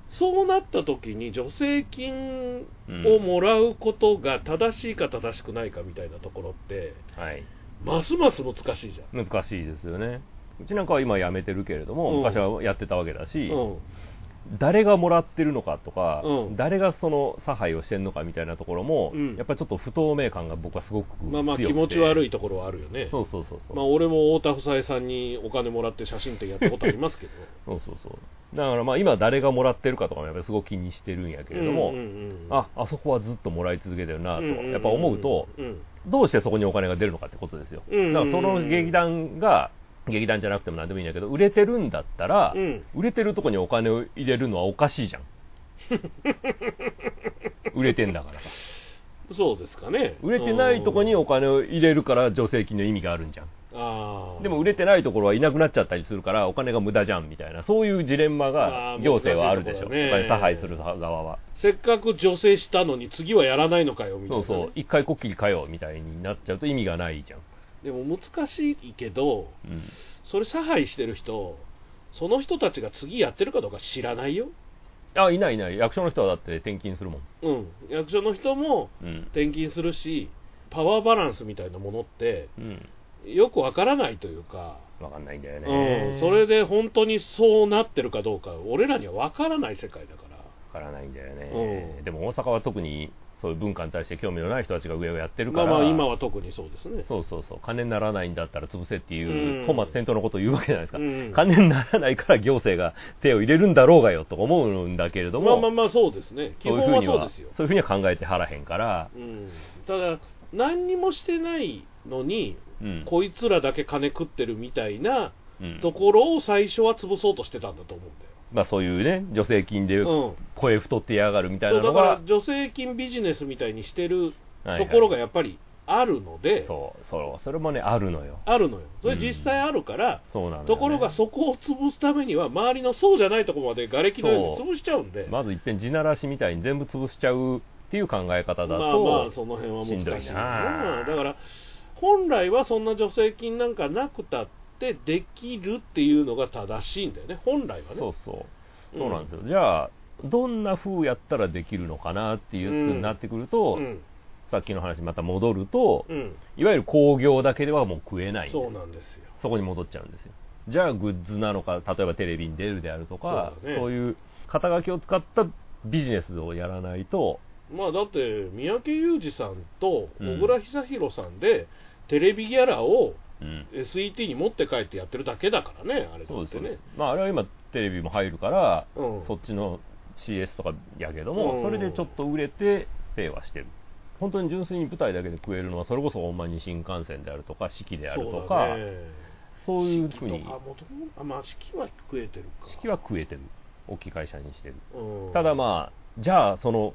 Speaker 1: そうなった時に助成金をもらうことが正しいか正しくないかみたいなところって
Speaker 2: はい
Speaker 1: ますます難しいじゃん、
Speaker 2: 難しいですよねうちなんかは今やめてるけれども、
Speaker 1: うん
Speaker 2: 昔はやってたわけだし、
Speaker 1: うん
Speaker 2: 誰がもらってるのかとか、
Speaker 1: うん
Speaker 2: 誰がその差配をしてるのかみたいなところも、
Speaker 1: うん
Speaker 2: やっぱりちょっと不透明感が僕はすごく強くて
Speaker 1: まあまあ気持ち悪
Speaker 2: い
Speaker 1: いところはあるよね
Speaker 2: そうそうそうそう、
Speaker 1: まあ俺も太田夫妻さんにお金もらって写真展やったことありますけど
Speaker 2: そうそうそうだからまあ今誰がもらってるかとかもやっぱりすごく気にしてるんや けれども、
Speaker 1: うんうんうん
Speaker 2: ああそこはずっともらい続けてるなと、
Speaker 1: うんうんうん
Speaker 2: やっぱ思うと、
Speaker 1: うん
Speaker 2: どうしてそこにお金が出るのかってことですよ、
Speaker 1: うんうんうん
Speaker 2: だからその劇団が劇団じゃなくても何でもいいんだけど売れてるんだったら、
Speaker 1: うん
Speaker 2: 売れてるとこにお金を入れるのはおかし いじゃん売れてんだからさ
Speaker 1: そうですかね
Speaker 2: 売れてないとこにお金を入れるから助成金の意味があるんじゃん
Speaker 1: あー
Speaker 2: でも売れてないところはいなくなっちゃったりするからお金が無駄じゃんみたいなそういうジレンマ
Speaker 1: あ
Speaker 2: が
Speaker 1: ー
Speaker 2: 行政はあるでしょ
Speaker 1: 難しいとこ
Speaker 2: お
Speaker 1: ろだね
Speaker 2: 金差配する側は
Speaker 1: せっかく助成したのに次はやらないのかよみたい
Speaker 2: そ
Speaker 1: な
Speaker 2: う
Speaker 1: ね、
Speaker 2: そう一回こっきりかよみたいになっちゃうと意味がないじゃん、
Speaker 1: でも難しいけど
Speaker 2: うん、
Speaker 1: それ差配してる人その人たちが次やってるかどうか知らないよ
Speaker 2: あいないいない役所の人はだって転勤するもん
Speaker 1: うん役所の人も
Speaker 2: うん
Speaker 1: 転勤するしパワーバランスみたいなものって
Speaker 2: うん、
Speaker 1: よくわからないというか、
Speaker 2: わかんないんだよね、
Speaker 1: うん、それで本当にそうなってるかどうか俺らにはわからない世界だから
Speaker 2: わからないんだよね、
Speaker 1: うん
Speaker 2: でも大阪は特にそういう文化に対して興味のない人たちが上をやってるから、
Speaker 1: まあまあ今は特にそうですね
Speaker 2: そうそうそう金にならないんだったら潰せっていううん本末転倒のことを言うわけじゃないですか、
Speaker 1: うん
Speaker 2: 金にならないから行政が手を入れるんだろうがよと思うんだけれど
Speaker 1: まあ
Speaker 2: も、
Speaker 1: まあまあそうですね基
Speaker 2: そう
Speaker 1: 本
Speaker 2: いう
Speaker 1: は
Speaker 2: ふうに
Speaker 1: そう
Speaker 2: は
Speaker 1: ですよ
Speaker 2: そういうふうには考えてはらへんから、
Speaker 1: うん、ただ何にもしてないのに、
Speaker 2: うん
Speaker 1: こいつらだけ金食ってるみたいな
Speaker 2: うん
Speaker 1: ところを最初は潰そうとしてたんだと思うんだよ。
Speaker 2: まあ、そういうね、助成金で
Speaker 1: うん、
Speaker 2: 声太ってやがるみたい
Speaker 1: そ
Speaker 2: な
Speaker 1: うだ
Speaker 2: の
Speaker 1: か
Speaker 2: が、
Speaker 1: ら助成金ビジネスみたいにしてる
Speaker 2: はいは
Speaker 1: と
Speaker 2: い
Speaker 1: ころがやっぱりあるので、
Speaker 2: そうそう、それもね、あるのよ、
Speaker 1: あるのよ、それ実際あるから、
Speaker 2: そうなんだよね、
Speaker 1: ところがそこを潰すためには、周りのそうじゃないところまで瓦礫のように潰しちゃうんで、
Speaker 2: まずいっぺん地ならしみたいに全部潰しちゃうっていう考え方だと、
Speaker 1: まあまあ、その辺は
Speaker 2: しんど
Speaker 1: 難
Speaker 2: い
Speaker 1: しい
Speaker 2: な
Speaker 1: うんだから、本来はそんな助成金なんかなくたって、できるっていうのが正しいんだよね、本来はね。
Speaker 2: そうそう、そうなんですよ、じゃあ、どんな風やったらできるのかなっていうふうになってくると、
Speaker 1: うん
Speaker 2: さっきの話にまた戻ると、
Speaker 1: うん、
Speaker 2: いわゆる工業だけではもう食えないんです
Speaker 1: そうなんですよ。
Speaker 2: そこに戻っちゃうんですよ。じゃあグッズなのか、例えばテレビに出るであるとか、
Speaker 1: そ
Speaker 2: そうう,、
Speaker 1: だね
Speaker 2: いう肩書きを使ったビジネスをやらないと、
Speaker 1: まあだって三宅裕二さんと
Speaker 2: うん
Speaker 1: 小倉久弘さんで、テレビギャラを
Speaker 2: うん、
Speaker 1: SET に持って帰ってやってるだけだからね、あれだ
Speaker 2: そう
Speaker 1: っ
Speaker 2: です
Speaker 1: て
Speaker 2: よね
Speaker 1: ね。。
Speaker 2: まあ、あれは今テレビも入るから、
Speaker 1: うん
Speaker 2: そっちの CS とかやけども、
Speaker 1: うん
Speaker 2: それでちょっと売れて、ペイはしてる。本当に純粋に舞台だけで食えるのは、それこそほんまに新幹線であるとか、四季であるとか、
Speaker 1: そうだね
Speaker 2: そう,、いうふう
Speaker 1: 四季
Speaker 2: に
Speaker 1: と、かもともあまあ四季は食えてるか
Speaker 2: 四季は食えてる。大きい会社にしてる。
Speaker 1: うん
Speaker 2: ただまあ、じゃあ、その、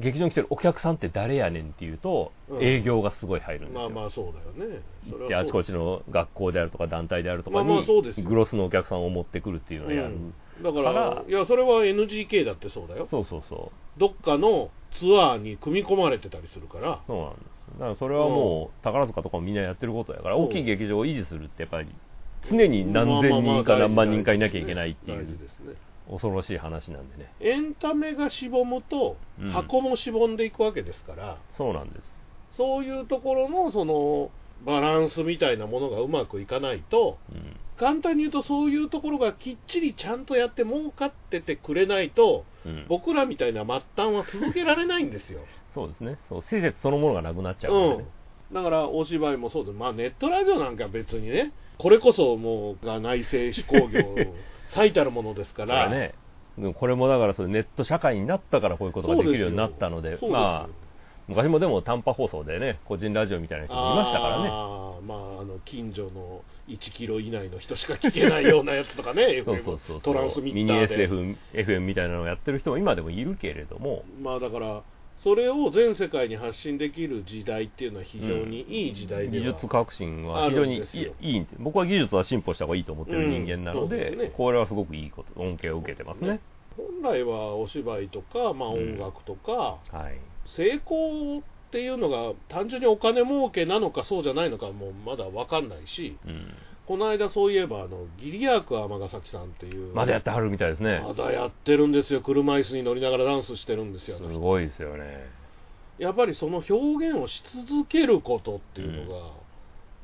Speaker 2: 劇場に来てるお客さんって誰やねんっていうと、
Speaker 1: うん
Speaker 2: 営業がすごい入るんです
Speaker 1: まあ
Speaker 2: よ。
Speaker 1: まあそうだよねそれはそう
Speaker 2: であちこちの学校であるとか団体であるとか
Speaker 1: まあまあそうです
Speaker 2: に
Speaker 1: よ
Speaker 2: グロスのお客さんを持ってくるっていうのを
Speaker 1: う
Speaker 2: やる、
Speaker 1: んだか
Speaker 2: から
Speaker 1: らいやそれは NGK だってそうだよ
Speaker 2: そうそうそう
Speaker 1: どっかのツアーに組み込まれてたりするから
Speaker 2: そうなんですだからそれはもう宝塚とかもみんなやってることやから
Speaker 1: そう
Speaker 2: 大きい劇場を維持するってやっぱり常に何千人か何万人かいなきゃいけないってい
Speaker 1: 大事
Speaker 2: う
Speaker 1: ですね
Speaker 2: 恐ろしい話なんでね
Speaker 1: エンタメがしぼむと
Speaker 2: うん
Speaker 1: 箱もしぼんでいくわけですから、
Speaker 2: そうなんです
Speaker 1: そういうところのそのバランスみたいなものがうまくいかないと
Speaker 2: うん
Speaker 1: 簡単に言うとそういうところがきっちりちゃんとやって儲かっててくれないと
Speaker 2: うん、
Speaker 1: 僕らみたいな末端は続けられないんです よ、
Speaker 2: そうですねそう施設そのものがなくなっちゃうから
Speaker 1: う
Speaker 2: ね
Speaker 1: ん、だからお芝居もそうで、まあ、ネットラジオなんか別にねこれこそもうが内製手工 業最たるものですか
Speaker 2: だから
Speaker 1: ら
Speaker 2: ね、でもこれもだからそういうネット社会になったからこういうことができるようになったの
Speaker 1: そう
Speaker 2: で、
Speaker 1: ですよ
Speaker 2: まあ、昔もでも短波放送でね、個人ラジオみたいな人もいましたからね、、
Speaker 1: あーまあ、あの近所の1キロ以内の人しか聞けないようなやつとかね
Speaker 2: そうそうそう
Speaker 1: FM トランスミ
Speaker 2: ミ
Speaker 1: ッ
Speaker 2: ニ
Speaker 1: ターで、
Speaker 2: SF、FM みたいなのをやってる人も今でもいるけれども、
Speaker 1: まあだから、それを全世界に発信できる時代っていうのは非常にいい時代で
Speaker 2: 技
Speaker 1: は、
Speaker 2: 術革新は
Speaker 1: あ
Speaker 2: 非常
Speaker 1: る
Speaker 2: に
Speaker 1: ん
Speaker 2: い
Speaker 1: ですよ
Speaker 2: いいいんで僕は技術は進歩した方がいいと思ってる人間なの
Speaker 1: うんそう
Speaker 2: で、
Speaker 1: ですね
Speaker 2: これはすごくいいこと、恩恵を受けてますね。
Speaker 1: 本来はお芝居とか、まあ、
Speaker 2: うん
Speaker 1: 音楽とか、
Speaker 2: はい
Speaker 1: 成功っていうのが単純にお金儲けなのかそうじゃないのかもうまだ分かんないし、
Speaker 2: うん、
Speaker 1: この間そういえばあのギリアーク尼崎さんっていう、
Speaker 2: まだやってはるみたいですね
Speaker 1: ま。だやってるんですよ、車椅子に乗りながらダンスしてるんですよ、
Speaker 2: すごいですよね。
Speaker 1: やっぱりその表現をし続けることっていうのが、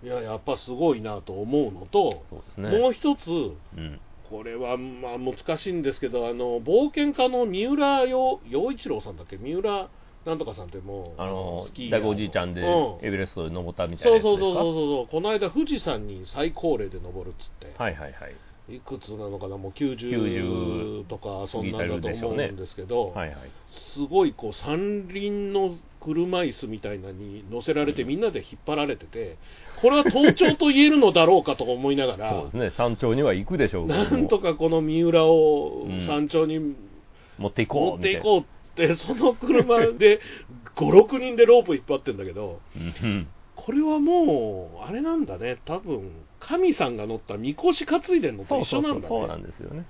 Speaker 1: いや、やっぱすごいなと思うのと、
Speaker 2: そうですね。
Speaker 1: もう一つ、
Speaker 2: うん
Speaker 1: これはまあ難しいんですけど、あの冒険家の三浦洋洋一郎さんだっけ、三浦なんとかさんってもう、
Speaker 2: あの
Speaker 1: スキーヤ
Speaker 2: 大
Speaker 1: ー
Speaker 2: 工おじいちゃんで
Speaker 1: う
Speaker 2: エベレストに登ったみたいな
Speaker 1: そう
Speaker 2: やつで
Speaker 1: そう
Speaker 2: すか
Speaker 1: そうそうそう、この間、富士山に最高齢で登るっつって、
Speaker 2: はいはいはい
Speaker 1: い、くつなのかな、もう90
Speaker 2: 90
Speaker 1: とか、そんなんだと思うんですけど。
Speaker 2: はいはい
Speaker 1: すごいこう三輪の車椅子みたいなのに乗せられて、
Speaker 2: うん
Speaker 1: みんなで引っ張られてて、これは盗聴と言えるのだろうかとか思いながら、
Speaker 2: そうですね山頂には行くでしょうけど
Speaker 1: な
Speaker 2: も
Speaker 1: んとかこの三浦を
Speaker 2: うん
Speaker 1: 山頂に
Speaker 2: 持っていこ
Speaker 1: 持
Speaker 2: う
Speaker 1: ってい
Speaker 2: み
Speaker 1: こうって、その車で5、6人でロープ引っ張ってんだけど、
Speaker 2: たいなうん
Speaker 1: これはもう、あれなんだね、多分神さんが乗ったみこし担いでるの
Speaker 2: そ
Speaker 1: と
Speaker 2: う
Speaker 1: 一
Speaker 2: そ
Speaker 1: 緒
Speaker 2: う
Speaker 1: な
Speaker 2: そ
Speaker 1: ん
Speaker 2: う
Speaker 1: だ
Speaker 2: そうな
Speaker 1: ね
Speaker 2: ん。ですよね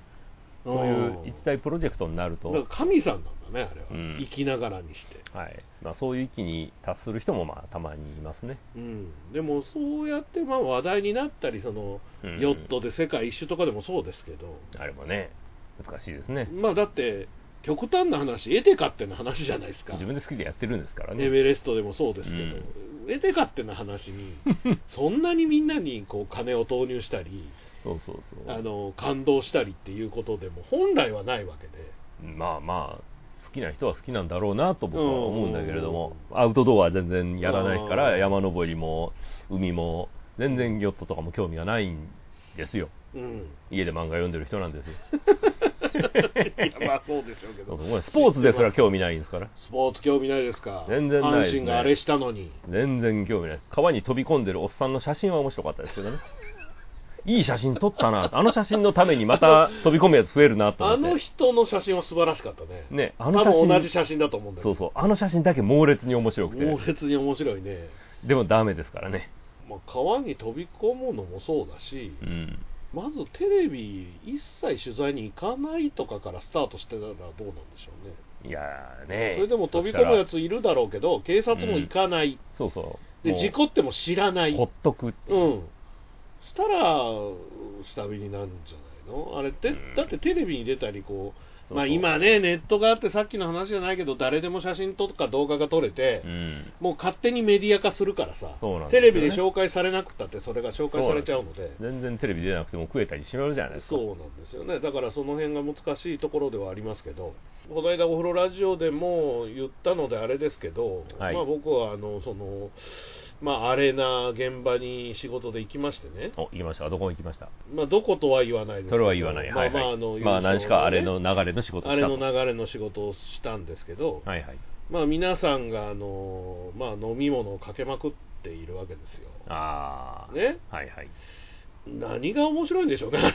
Speaker 2: そういう
Speaker 1: うん
Speaker 2: 一大プロジェクトになると
Speaker 1: だから神さんなんだね、あれは、
Speaker 2: うん
Speaker 1: 生きながらにして。
Speaker 2: はいまあそういう域に達する人もまあたまにいますね
Speaker 1: うん、でもそうやってまあ話題になったりその、
Speaker 2: うん
Speaker 1: ヨットで世界一周とかでもそうですけど、
Speaker 2: あれもね難しいですね
Speaker 1: まあだって、極端な話、エテカってな話じゃないですか、
Speaker 2: 自分で好きでやってるんですから
Speaker 1: エ
Speaker 2: ね
Speaker 1: ベレストでもそうですけど、エテカってな話 に、そんなにみんなにこう金を投入したり
Speaker 2: そうそうそ
Speaker 1: あ
Speaker 2: う
Speaker 1: の、感動したりっていうことでも、本来はないわけで。
Speaker 2: まあまあ好きな人は好きなんだろうなと僕は思うんだけれども、
Speaker 1: う
Speaker 2: アウトドアは全然やらないか
Speaker 1: う
Speaker 2: ら
Speaker 1: ん
Speaker 2: 山登りも海も全然ヨットとかも興味がないんですよ
Speaker 1: うん、
Speaker 2: 家で漫画読んでる人なんですよ
Speaker 1: い やまあそうでしょうけ
Speaker 2: そう
Speaker 1: ど
Speaker 2: そうスポーツですら興味ないんですから
Speaker 1: スポーツ興味ないですか
Speaker 2: 全然ないです
Speaker 1: 阪
Speaker 2: ね
Speaker 1: 神があれしたのに
Speaker 2: 全然興味ない川に飛び込んでるおっさんの写真は面白かったですけどねいい写真撮ったな、あの写真のためにまた飛び込むやつ増えるなと思
Speaker 1: あ
Speaker 2: って。
Speaker 1: の人の写真は素晴らしかったね
Speaker 2: ね、あ
Speaker 1: 多
Speaker 2: の写
Speaker 1: 分
Speaker 2: 真
Speaker 1: 同じ写真だと思うんだけ
Speaker 2: そ
Speaker 1: ど
Speaker 2: うそう、あの写真だけ猛烈に面白くて
Speaker 1: 猛、烈に面白いね、
Speaker 2: でもダメですからね。
Speaker 1: まあ、川に飛び込むのもそうだし、
Speaker 2: うん。
Speaker 1: まずテレビ一切取材に行かないとかからスタートしてたらどうなんでしょうね、
Speaker 2: いやーね。
Speaker 1: それでも飛び込むや
Speaker 2: そし
Speaker 1: ついるだろうけど、警察も行かない、
Speaker 2: たら。そうそう。
Speaker 1: で事故っても知らない、
Speaker 2: もうほっとくっていうう。
Speaker 1: ん、したら、下火になるんじゃないのあれって、
Speaker 2: うん
Speaker 1: だってテレビに出たりこう、
Speaker 2: そうそう
Speaker 1: まあ、今ね、ネットがあって、さっきの話じゃないけど、誰でも写真とか動画が撮れて、
Speaker 2: うん。
Speaker 1: もう勝手にメディア化するからさ、
Speaker 2: そうなんです
Speaker 1: テ
Speaker 2: よ
Speaker 1: レ
Speaker 2: ね
Speaker 1: ビで紹介されなくたって、それが紹介されちゃうので。
Speaker 2: 全然テレビ出なくても食えたりしまうじゃないですか。
Speaker 1: そうなんですよねだからその辺が難しいところではありますけど、この間、お風呂ラジオでも言ったのであれですけど、
Speaker 2: はい
Speaker 1: まあ、僕はあのその、まあ、アレな現場に仕事で行きましてね、
Speaker 2: お、行きました。どこに行きました
Speaker 1: まあ、どことは言わないですけど
Speaker 2: それは言わない。はい
Speaker 1: まあまあ
Speaker 2: は
Speaker 1: あの
Speaker 2: い。まあ、何しかあれの
Speaker 1: ね
Speaker 2: 流れの仕事を
Speaker 1: あ
Speaker 2: し
Speaker 1: れ
Speaker 2: た
Speaker 1: の
Speaker 2: と。
Speaker 1: 流れの仕事をしたんですけど、
Speaker 2: はいはい。
Speaker 1: まあ、皆さんがあの、まあ、飲み物をかけまくっているわけですよ。
Speaker 2: ああ。
Speaker 1: ね、
Speaker 2: はいはい。
Speaker 1: 何が面白いんでしょうね、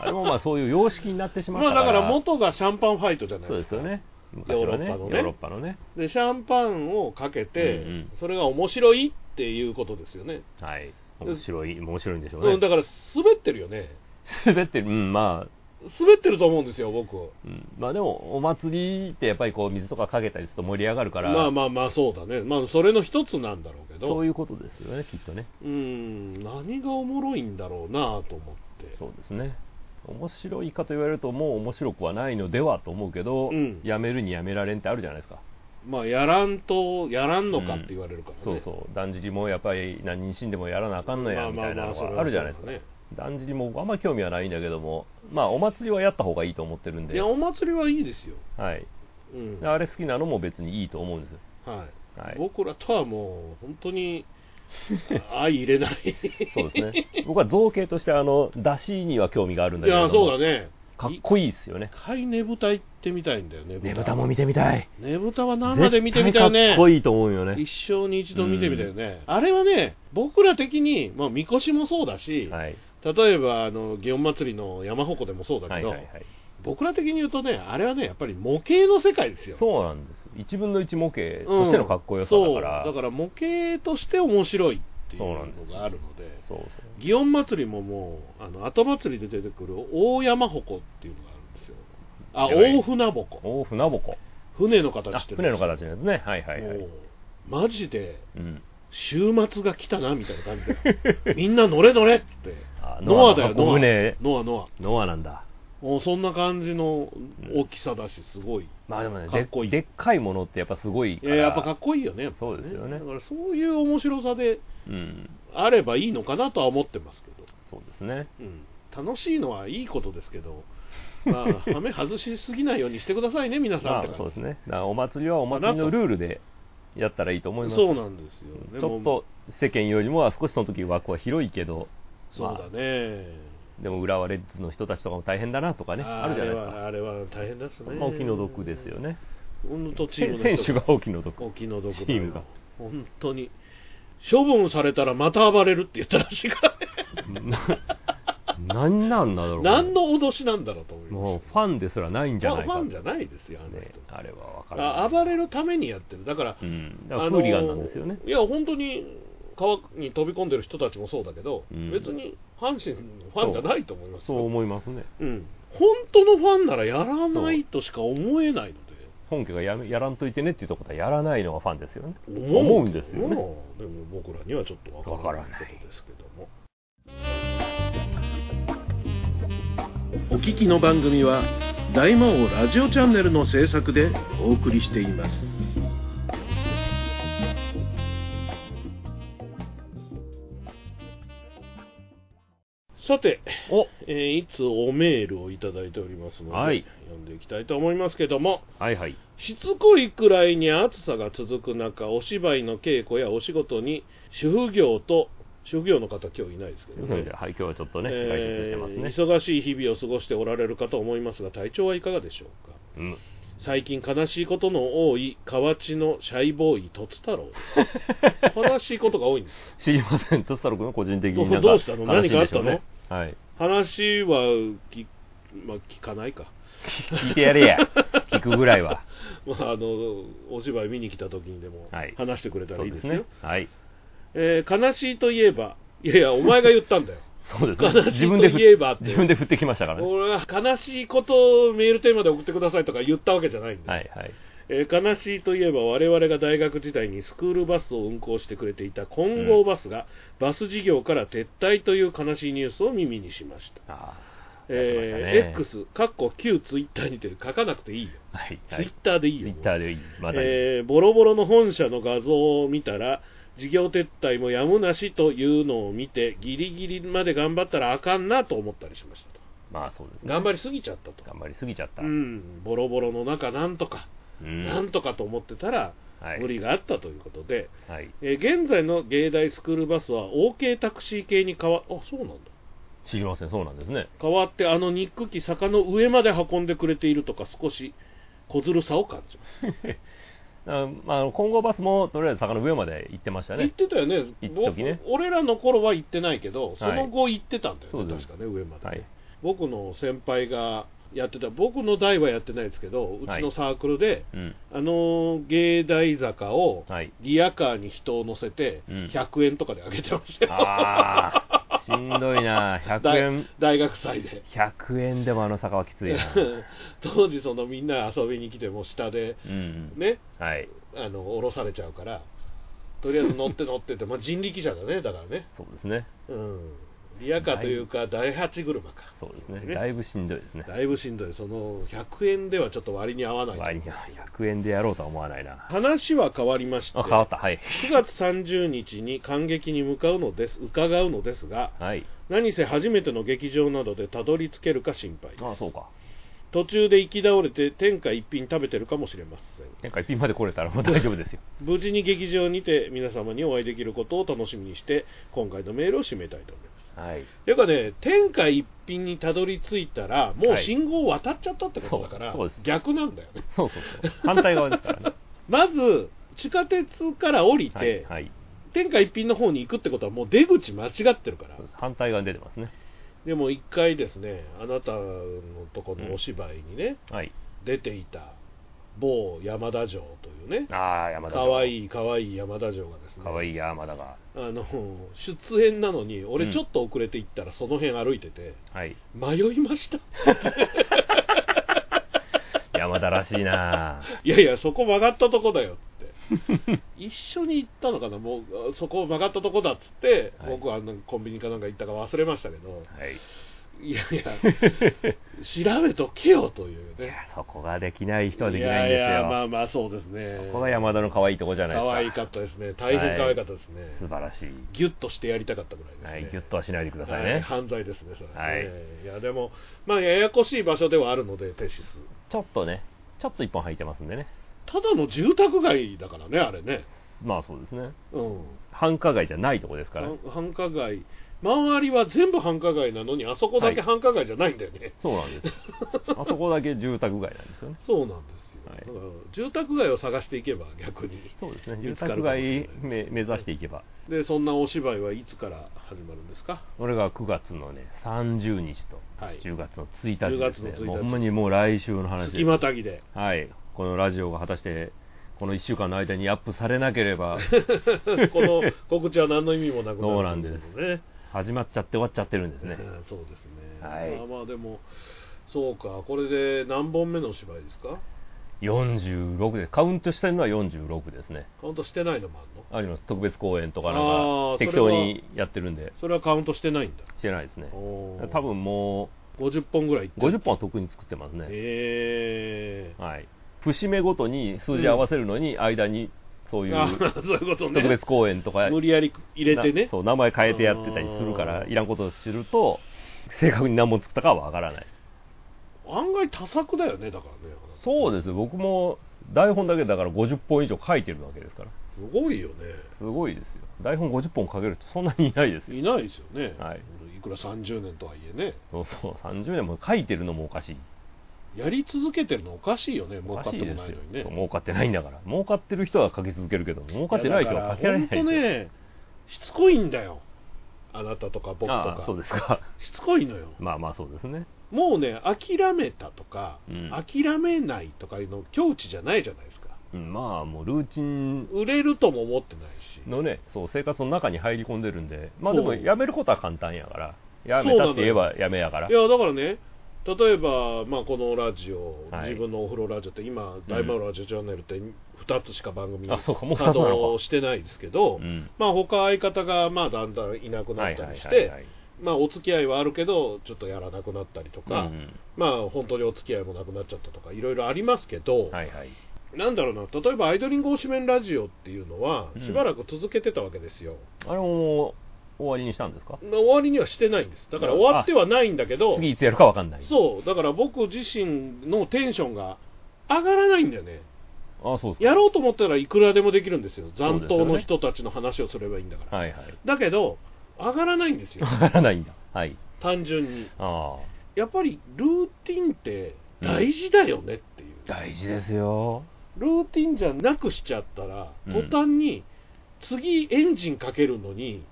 Speaker 2: あれもまあそういう様式になってしまっ
Speaker 1: まあ
Speaker 2: たか。
Speaker 1: だからら元がシャンパンファイトじゃない
Speaker 2: そう
Speaker 1: で
Speaker 2: です
Speaker 1: か、
Speaker 2: すよね。昔
Speaker 1: ヨーロ
Speaker 2: は
Speaker 1: ッ
Speaker 2: ね
Speaker 1: パ
Speaker 2: ヨ
Speaker 1: のね
Speaker 2: ーロッパのね。
Speaker 1: でシャンパンをかけて、
Speaker 2: うんうん
Speaker 1: それが面白いっていうことですよね、
Speaker 2: はい。面白い、面白いんでし
Speaker 1: う、
Speaker 2: ょうん
Speaker 1: だから
Speaker 2: ね。
Speaker 1: 滑ってるよね
Speaker 2: 滑ってる、うん、まあ、
Speaker 1: 滑ってると思うんですよ僕
Speaker 2: うんまあでも、お祭りってやっぱりこう水とかかけたりすると盛り上がるから、
Speaker 1: まあまあまあそうだねまあそれの一つなんだろうけど
Speaker 2: そういうことですよね、きっとね。
Speaker 1: うん何がおもろいんだろうなと思って
Speaker 2: そうですね。面白いかと言われると、もう面白くはないのではと思うけど、
Speaker 1: うん
Speaker 2: やめるにやめられんってあるじゃないですか。
Speaker 1: まあやらんとやらんのかって言われるからね、
Speaker 2: そうそう、断食もやっぱり何人死んでもやらなあかんのやみたいなのがあるじゃない
Speaker 1: まあまあまあそれは
Speaker 2: ですか
Speaker 1: そうだね。
Speaker 2: 断食もあんま興味はないんだけども、まあお祭りはやった方がいいと思ってるん
Speaker 1: い
Speaker 2: で、
Speaker 1: や
Speaker 2: は
Speaker 1: お祭りはいいですよ、
Speaker 2: い。
Speaker 1: うん
Speaker 2: あれ好きなのも別にいいと思うんですよ。
Speaker 1: はい
Speaker 2: はい。
Speaker 1: 僕らとはもう本当 に相入れない
Speaker 2: そうですね。 僕は造形としてあの出汁には興味があるんだ
Speaker 1: い
Speaker 2: けども
Speaker 1: やそうだね
Speaker 2: かっこいいですよね
Speaker 1: 一。回ねぶた行ってみたいんだよね
Speaker 2: ねぶたも見てみたい。
Speaker 1: ねぶたは生で見てみたい
Speaker 2: 絶
Speaker 1: ね
Speaker 2: 対かっこいいと思うよね
Speaker 1: 一。生に一度見てみたいよね、あれはね僕ら的に、まあ、みこしもそうだし、
Speaker 2: はい。
Speaker 1: 例えばあの祇園祭りの山鉾でもそうだ
Speaker 2: は
Speaker 1: け
Speaker 2: い
Speaker 1: ど、
Speaker 2: はいはい。
Speaker 1: 僕ら的に言うとねあれはねやっぱり模型の世界ですよ
Speaker 2: そうなんです。一分の一模型と
Speaker 1: うん
Speaker 2: してのかっこよさだから。
Speaker 1: そうだから模型として面白いっていう
Speaker 2: そうなんです
Speaker 1: のがあるので
Speaker 2: そうそう。
Speaker 1: 祇園祭りももうあの後祭りで出てくる大山鉾っていうのがあるんですよあ
Speaker 2: やばい
Speaker 1: 大船鉾
Speaker 2: お船鉾。
Speaker 1: 船の形
Speaker 2: あ
Speaker 1: して、る
Speaker 2: 船の形のやつね。はいはいは
Speaker 1: も
Speaker 2: い。
Speaker 1: うマジで
Speaker 2: うん。
Speaker 1: 週末が来たなみたいな感じだよみんな乗れ乗れっつ って
Speaker 2: あ
Speaker 1: ノアだよ
Speaker 2: の
Speaker 1: ノア
Speaker 2: 船。
Speaker 1: ノアノ
Speaker 2: ノアなんだ。
Speaker 1: アもうそんな感じの大きさだしすごい、
Speaker 2: まあでもね、
Speaker 1: かっこいい
Speaker 2: ででっかいものってやっぱすごいか
Speaker 1: いや
Speaker 2: ら。
Speaker 1: やっぱかっこいいよねやっぱ
Speaker 2: そうですよね
Speaker 1: だからそういう面白さで
Speaker 2: うん。
Speaker 1: あればいいのかなとは思ってますけど、
Speaker 2: そうですね。
Speaker 1: うん、楽しいのはいいことですけ どまあ、はめ外しすぎないようにしてくださいね、皆さんっ
Speaker 2: まあ
Speaker 1: て感じ
Speaker 2: そうですね。だからお祭りはお祭りのルールでやったらいいと思います。
Speaker 1: そうなんですよ、で
Speaker 2: ちょ
Speaker 1: も
Speaker 2: っと世間よりもは少しその時枠は広いけど、
Speaker 1: そうだね、
Speaker 2: でも浦和レッズの人たちとかも大変だなとかね、あるじゃないですか。
Speaker 1: あれはあれは大変ですね、
Speaker 2: まあお気の毒ですよね。
Speaker 1: 本当、チームの
Speaker 2: 選手がお気の毒。
Speaker 1: お気の毒だよ
Speaker 2: チームが
Speaker 1: 本当に、処分されたらまた暴れるって言ったらしいから、
Speaker 2: な何なんだろうね。
Speaker 1: 何の脅しなんだろうと思います
Speaker 2: もうファンですらないんじゃないか
Speaker 1: ファンじゃないですよ、あの
Speaker 2: ね
Speaker 1: 人、
Speaker 2: あれは分からない。
Speaker 1: あ暴れるためにやってる、だから、
Speaker 2: うん。だ
Speaker 1: あの
Speaker 2: からフーリガンなんですよね。
Speaker 1: いや、本当に川に飛び込んでる人たちもそうだけど、
Speaker 2: うん
Speaker 1: 別に阪神のファンじゃないと思いますよ
Speaker 2: そう思いますね。
Speaker 1: うん、本当のファンならやらないとしか思えないので。
Speaker 2: 本家がやめやらんといてねっていうとことはやらないのがファンですよね。
Speaker 1: 思う
Speaker 2: 思うんん
Speaker 1: で
Speaker 2: ですす
Speaker 1: よ
Speaker 2: よ
Speaker 1: ね
Speaker 2: ね
Speaker 1: でも僕らにはちょっとわ
Speaker 2: わからない
Speaker 1: ことですけどもお聞きの番組は大魔王ラジオチャンネルの制作でお送りしていますさて、
Speaker 2: お
Speaker 1: えーいつおメールをいただいておりますので、
Speaker 2: はい
Speaker 1: 読んでいきたいと思いますけども
Speaker 2: はいはい。
Speaker 1: しつこいくらいに暑さが続く中、お芝居の稽古やお仕事に、主婦業と、主婦業の方、今日いないですけ
Speaker 2: と
Speaker 1: ど
Speaker 2: いうこと
Speaker 1: ね
Speaker 2: で、はい、今日はちょっとね、外出し
Speaker 1: え
Speaker 2: てます
Speaker 1: ー
Speaker 2: ね。
Speaker 1: 忙しい日々を過ごしておられるかと思いますが、体調はいかがでしょうか。
Speaker 2: うん。
Speaker 1: 最近悲しいことの多い河内のシャイボーイとつ太郎です悲しいことが多いんです
Speaker 2: 知りません、とつたろくんの個人的になんか
Speaker 1: どうしたの
Speaker 2: 悲しいんでしょう
Speaker 1: 何
Speaker 2: ね
Speaker 1: か
Speaker 2: はい。
Speaker 1: 話はき、まあ、聞かないか、
Speaker 2: 聞いてやれ や、聞くぐらいは。
Speaker 1: まあ、あのお芝居見に来た時にでも
Speaker 2: はい
Speaker 1: 話してくれた
Speaker 2: そ
Speaker 1: ら
Speaker 2: う
Speaker 1: いい
Speaker 2: で
Speaker 1: ですすよ、
Speaker 2: ね。はい。
Speaker 1: えー悲しいといえばいやいやお前が言ったんだよ
Speaker 2: そうですね。
Speaker 1: 悲しいといえばって
Speaker 2: 自分で振ってきましたからね。
Speaker 1: 俺は悲しいことをメールテーマで送ってくださいとか言ったわけじゃないんで、
Speaker 2: はいはい。
Speaker 1: えー悲しいといえば我々が大学時代にスクールバスを運行してくれていた混合バスがバス事業から撤退という悲しいニュースを耳にしました、
Speaker 2: ああ、やってました
Speaker 1: えー
Speaker 2: ね。。
Speaker 1: X、かっこ旧ツイッターにて書かなくていいよ、
Speaker 2: はいは
Speaker 1: ツイ
Speaker 2: い
Speaker 1: ッ。ターでいい
Speaker 2: ツイ
Speaker 1: よ、
Speaker 2: ッターでいい。まだいい。
Speaker 1: えーボロボロの本社の画像を見たら、事業撤退もやむなしというのを見て、ギリギリまで頑張ったらあかんなと思ったりしましたと、
Speaker 2: まあそうですね。
Speaker 1: 頑張りすぎちゃったと、
Speaker 2: 頑張りすぎちゃった。
Speaker 1: う。ん、ボロボロの中、なんとか、
Speaker 2: うん
Speaker 1: なんとかと思ってたら、
Speaker 2: はい
Speaker 1: 無理があったということで、
Speaker 2: はい。
Speaker 1: えー現在の芸大スクールバスは OK タクシー系に変わあそうなんだ
Speaker 2: 知りません。そうなんですね。
Speaker 1: 変わってあの肉機坂の上まで運んでくれているとか少し小ずるさを感じます
Speaker 2: あまあ、混合バスもとりあえず坂の上まで行ってました
Speaker 1: 言っ
Speaker 2: ね。
Speaker 1: てたよね
Speaker 2: 一時ね
Speaker 1: ぼ俺らの頃は行ってないけどその後行ってたんだよね、
Speaker 2: そうです
Speaker 1: 確かね上まで、
Speaker 2: はい。
Speaker 1: 僕の先輩がやってた僕の代はやってないですけどうちのサークルで、
Speaker 2: うん。
Speaker 1: あの芸大坂を
Speaker 2: はい。
Speaker 1: ギアカーに人を乗せて
Speaker 2: うん
Speaker 1: 100円とかであげてましたよ、
Speaker 2: ああ、しんどいな。100円、
Speaker 1: 大大学祭で
Speaker 2: 100円でもあの坂はきつ いな。
Speaker 1: 当時そのみんな遊びに来ても下で
Speaker 2: うん。
Speaker 1: ね
Speaker 2: はい。
Speaker 1: あの降ろされちゃうからとりあえず乗って乗って って、まあ、人力車だねだからね
Speaker 2: そうですね。
Speaker 1: うんリアカーというか第8車か
Speaker 2: そうですね。だいぶしんどいですね。
Speaker 1: だいぶしんどいその100円ではちょっと割に合わない
Speaker 2: まあいや100円でやろうとは思わないな。
Speaker 1: 話は変わりまして
Speaker 2: あ、変わった。はい。
Speaker 1: 9月30日に観劇に向かうのです伺うのですが
Speaker 2: はい。
Speaker 1: 何せ初めての劇場などでたどり着けるか心配です
Speaker 2: あそうか。
Speaker 1: 途中で行き倒れて天下一品食べてるかもしれません
Speaker 2: なんか一品まで来れたらもう大丈夫ですよ。
Speaker 1: 無事に劇場にて皆様にお会いできることを楽しみにして今回のメールを締めたいと思います
Speaker 2: はい。
Speaker 1: ていうかね天下一品にたどり着いたらもう信号を渡っちゃったってことだから、
Speaker 2: はいそうそうです
Speaker 1: 逆なんだよね
Speaker 2: そうそうそう。反対側ですから ね。
Speaker 1: まず地下鉄から降りて、
Speaker 2: はい。はい。
Speaker 1: 天下一品の方に行くってことはもう出口間違ってるから
Speaker 2: そうです反対側に出てますね。
Speaker 1: でも一回ですねあなたのとこのお芝居にね、
Speaker 2: はい。
Speaker 1: 出ていた某山田城というね
Speaker 2: ああ、山田
Speaker 1: かわいいかわいい山田城がですね
Speaker 2: かわいい山田が。
Speaker 1: あの出演なのに
Speaker 2: う
Speaker 1: 俺
Speaker 2: ん
Speaker 1: ちょっと遅れて行ったらその辺歩いてて、
Speaker 2: はい。
Speaker 1: 迷いました
Speaker 2: 山田らしいない
Speaker 1: やいやそこ曲がったとこだよ って一緒に行ったのかなもうあそこ曲がったとこだっつって、
Speaker 2: はい
Speaker 1: 僕はあのコンビニかなんか行ったか忘れましたけど
Speaker 2: はい。
Speaker 1: いや いや調べとけよという
Speaker 2: いや
Speaker 1: ね、
Speaker 2: そこができない人はできないん
Speaker 1: い
Speaker 2: です
Speaker 1: やいやま
Speaker 2: よ。
Speaker 1: あまあそうですね
Speaker 2: そこが山田の可愛いとこじゃないですか。
Speaker 1: 可愛かったですね大変可愛かったですね、
Speaker 2: 素晴らしい。
Speaker 1: ギュッとしてやりたかったぐらいです
Speaker 2: は
Speaker 1: ね、
Speaker 2: い、ギュッとはしないでください
Speaker 1: はい
Speaker 2: ね。
Speaker 1: 犯罪ですね、それはね
Speaker 2: はい
Speaker 1: いやでも、まあ、ややこしい場所ではあるので、テシス、
Speaker 2: ちょっとね、ちょっと一本入ってますんでね。
Speaker 1: ただの住宅街だからね、あれね、
Speaker 2: まあそうですね。
Speaker 1: うん、
Speaker 2: 繁華街じゃないとこですからね。
Speaker 1: 繁繁華街、周りは全部繁華街なのに、あそこだけ
Speaker 2: はい
Speaker 1: 繁華街じゃないんだよね、
Speaker 2: そうなんですよ。あそこだけ住宅街なんですよね。
Speaker 1: そうなんですよ、
Speaker 2: はい
Speaker 1: だから住宅街を探していけば、逆に、
Speaker 2: そうですね。
Speaker 1: 見
Speaker 2: 住
Speaker 1: つかる
Speaker 2: 宅
Speaker 1: かもしれ
Speaker 2: 街
Speaker 1: ない
Speaker 2: め目指していけば。
Speaker 1: で、そんなお芝居はいつから始まるんですか、
Speaker 2: 俺が9月のね、30日と
Speaker 1: はい
Speaker 2: 10月の1日ですね。
Speaker 1: 10月の1日
Speaker 2: もうほんまにもう来週の話です
Speaker 1: 月またぎで、
Speaker 2: はい。このラジオが果たして、この1週間の間にアップされなけ れば、
Speaker 1: こ の告知は何の意味もなくなる
Speaker 2: そうなんです
Speaker 1: ということね。
Speaker 2: 始まっちゃって終わっちゃってるんですね。
Speaker 1: うん そうですね、
Speaker 2: はい
Speaker 1: まあまあでもそうかこれで何本目のお芝居ですか
Speaker 2: 46で、カウントしてるのは46ですね。
Speaker 1: カウントしてないのもあるの
Speaker 2: あります特別公演とか
Speaker 1: あ
Speaker 2: なん
Speaker 1: ー
Speaker 2: か適当にやってるんで
Speaker 1: それはカウントしてないんだ
Speaker 2: してないですね
Speaker 1: おー
Speaker 2: 多分も
Speaker 1: 50本ぐらいいって
Speaker 2: う50本は特に作ってますね、
Speaker 1: ええ
Speaker 2: はい、節目ごとに数字合わせるのに間にそういう
Speaker 1: あ
Speaker 2: 特
Speaker 1: そういうことね
Speaker 2: 別公演とか
Speaker 1: 無理やり入れてね
Speaker 2: なそう名前変えてやってたりするか
Speaker 1: あ
Speaker 2: ら
Speaker 1: ー
Speaker 2: いらんことを知ると正確に何本作ったかはわからない
Speaker 1: 案外多作だよねだからねあなた
Speaker 2: そうです僕も台本だけだから50本以上書いてるわけですから
Speaker 1: すごいよね
Speaker 2: すごいですよ台本50本書ける人そんなにいないですよ
Speaker 1: いないですよね、
Speaker 2: はい
Speaker 1: いくら30年とはいえね
Speaker 2: そうそう30年も書いてるのもおかしい
Speaker 1: やり続けてるのおかしいよね、儲
Speaker 2: お
Speaker 1: か
Speaker 2: か
Speaker 1: っ
Speaker 2: してい
Speaker 1: も
Speaker 2: で
Speaker 1: ないのに
Speaker 2: す
Speaker 1: ね
Speaker 2: よ。。儲かってないんだから儲かってる人はかけ続けるけど儲かってない人はかけられないです
Speaker 1: 本
Speaker 2: よ
Speaker 1: 当ね、しつこいんだよ、あなたとか僕と
Speaker 2: あ
Speaker 1: か
Speaker 2: あ、そうですか
Speaker 1: しつこいのよ、
Speaker 2: まあまあそうですね
Speaker 1: もうね、諦めたとか、
Speaker 2: うん
Speaker 1: 諦めないとかいうの、境地じゃないじゃないですか、
Speaker 2: うんまあもうルーチン
Speaker 1: 売れるとも思ってないし、
Speaker 2: のねそう生活の中に入り込んでるんでまあで
Speaker 1: そ
Speaker 2: も
Speaker 1: う
Speaker 2: やめることは簡単やからやめたって言えばやめやから
Speaker 1: いやだからね、例えば、まあ、このラジオ、
Speaker 2: はい
Speaker 1: 自分のお風呂ラジオって、今、大魔王ラジオチャンネルって2つしか番組
Speaker 2: あそうかもう
Speaker 1: 稼
Speaker 2: 二つなのか
Speaker 1: 働してないですけど、
Speaker 2: うん
Speaker 1: まあ他相方がまあだんだんいなくな
Speaker 2: は
Speaker 1: っ
Speaker 2: い
Speaker 1: た
Speaker 2: は
Speaker 1: り
Speaker 2: い
Speaker 1: し
Speaker 2: はいは
Speaker 1: て、
Speaker 2: い
Speaker 1: まあお付き合いはあるけど、ちょっとやらなくなったりと
Speaker 2: う
Speaker 1: か、
Speaker 2: ん
Speaker 1: まあ本当にお付き合いもなくなっちゃったとか、いろいろありますけど、
Speaker 2: はいはい
Speaker 1: なんだろうな、例えばアイドリング推しメンラジオっていうのは
Speaker 2: う、ん
Speaker 1: しばらく続けてたわけですよ、
Speaker 2: あれも終わりにしたんですか
Speaker 1: まあ終わりにはしてないんです、だから終わってはないんだけど、
Speaker 2: 次いつやるかわかんない
Speaker 1: そう、だから僕自身のテンションが上がらないんだよね、
Speaker 2: あそうですか
Speaker 1: やろうと思ったらいくらでもできるんですよ、
Speaker 2: そう
Speaker 1: 残
Speaker 2: ですよね
Speaker 1: 党の人たちの話をすればいいんだから。
Speaker 2: はいはい
Speaker 1: だけど、上がらないん ですよ、
Speaker 2: わからないんだはい
Speaker 1: 単純に。
Speaker 2: ああ
Speaker 1: やっぱりルーティンって大事だよねっていう、
Speaker 2: 大事ですよ
Speaker 1: ルーティンじゃなくしちゃったら、
Speaker 2: うん
Speaker 1: 途端に次、エンジンかけるのに、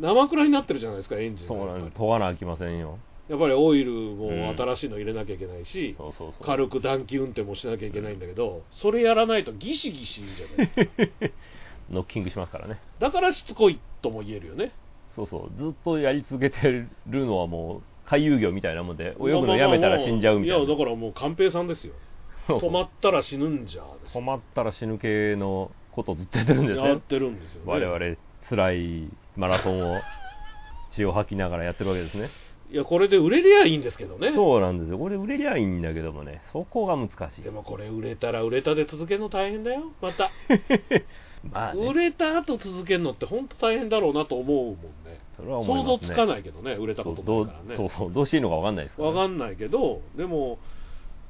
Speaker 1: 生くらになってるじゃないですか、エンジンが
Speaker 2: そうな
Speaker 1: や
Speaker 2: んで
Speaker 1: っ
Speaker 2: す
Speaker 1: ぱ
Speaker 2: 問わなあきませんよ
Speaker 1: りやっぱりオイルも
Speaker 2: うん
Speaker 1: 新しいの入れなきゃいけないし、
Speaker 2: そうそうそう
Speaker 1: 軽く暖気運転もしなきゃいけないんだけど、それやらないとギシギシ言うじゃないです か、
Speaker 2: ノッキングしますからね
Speaker 1: だからしつこいとも言えるよね。
Speaker 2: そうそうずっとやり続けてるのはもう回遊魚みたいなもんで泳ぐのやめたら死んじゃうみたいな、
Speaker 1: いや、だからもう寛平さんですよ、
Speaker 2: そうそう
Speaker 1: 止まったら死ぬんじゃですよ
Speaker 2: 止まったら死ぬ系のことずっとやってるんです
Speaker 1: やっ
Speaker 2: ね
Speaker 1: てるんですよ、ね、
Speaker 2: 我々辛いマラソンを血を吐きながらやってるわけですね
Speaker 1: いや、これで売れりゃいいんですけどね、
Speaker 2: そうなんですよこれ売れりゃいいんだけどもねそこが難しい
Speaker 1: でもこれ、売れたら売れたで続けるの大変だよ、また、
Speaker 2: まあ
Speaker 1: 売
Speaker 2: ね
Speaker 1: れた後続けるのって本当大変だろうなと思うもんね、
Speaker 2: それは思い
Speaker 1: 想
Speaker 2: ま
Speaker 1: 像
Speaker 2: すね
Speaker 1: つかないけどね、売れた
Speaker 2: そ
Speaker 1: こと
Speaker 2: うど
Speaker 1: な
Speaker 2: う
Speaker 1: いから
Speaker 2: そう
Speaker 1: ね、
Speaker 2: そうどうしていいのか分かんないですから
Speaker 1: わ
Speaker 2: ね
Speaker 1: かんないけど、でも、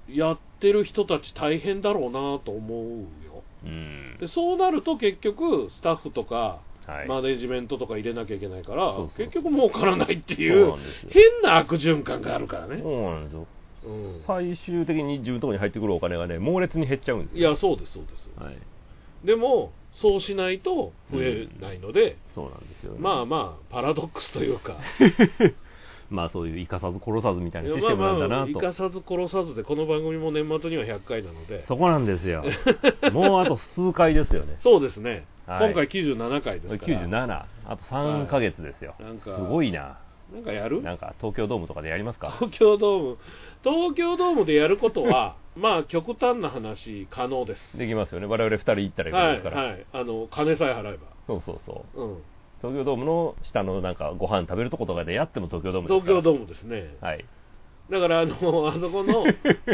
Speaker 1: やってる人たち大変だろうなと思うよ、
Speaker 2: うん
Speaker 1: でそうなると結局、スタッフとか、
Speaker 2: はい
Speaker 1: マネジメントとか入れなきゃいけないから、
Speaker 2: そうそうそう
Speaker 1: 結局儲からないってい
Speaker 2: そう
Speaker 1: う
Speaker 2: なんですよ
Speaker 1: 変な悪循環があるからね。
Speaker 2: そうなんですよ
Speaker 1: うん
Speaker 2: 最終的に自分のところに入ってくるお金がね猛烈に減っちゃうんです
Speaker 1: い
Speaker 2: よ
Speaker 1: や、そうです、そうです。
Speaker 2: はい、
Speaker 1: でも、そうしないと増えないので、
Speaker 2: そうなんですよ、ね、
Speaker 1: まあまあ、パラドックスというか、
Speaker 2: まあそういう生かさず殺さずみたいなシ
Speaker 1: い
Speaker 2: ステ
Speaker 1: や
Speaker 2: ムなんだ
Speaker 1: まあま
Speaker 2: な
Speaker 1: あ、
Speaker 2: と、
Speaker 1: 生かさず殺さずで、この番組も年末には100回なので、
Speaker 2: そこなんですよもうあと数回ですよ ね
Speaker 1: そうですね、
Speaker 2: はい
Speaker 1: 今回97回ですから、
Speaker 2: 97あと3ヶ月ですよ、
Speaker 1: はいなん
Speaker 2: す
Speaker 1: か
Speaker 2: ごいな
Speaker 1: なんかやる
Speaker 2: なんか東京ドームとかでやりますか
Speaker 1: 東京ドーム、東京ドームでやることは、 まあ、極端な話、可能です。
Speaker 2: できますよね我々2人行ったらいい
Speaker 1: は
Speaker 2: で
Speaker 1: い、
Speaker 2: すから、
Speaker 1: はい、あの金さえ払えば、
Speaker 2: そうそうそう
Speaker 1: うん、
Speaker 2: 東京ドームの下のなんかご飯食べるとことかでやっても東京ドームです
Speaker 1: 東
Speaker 2: から
Speaker 1: 京ドームですね、
Speaker 2: はい
Speaker 1: だからあの、あ そこの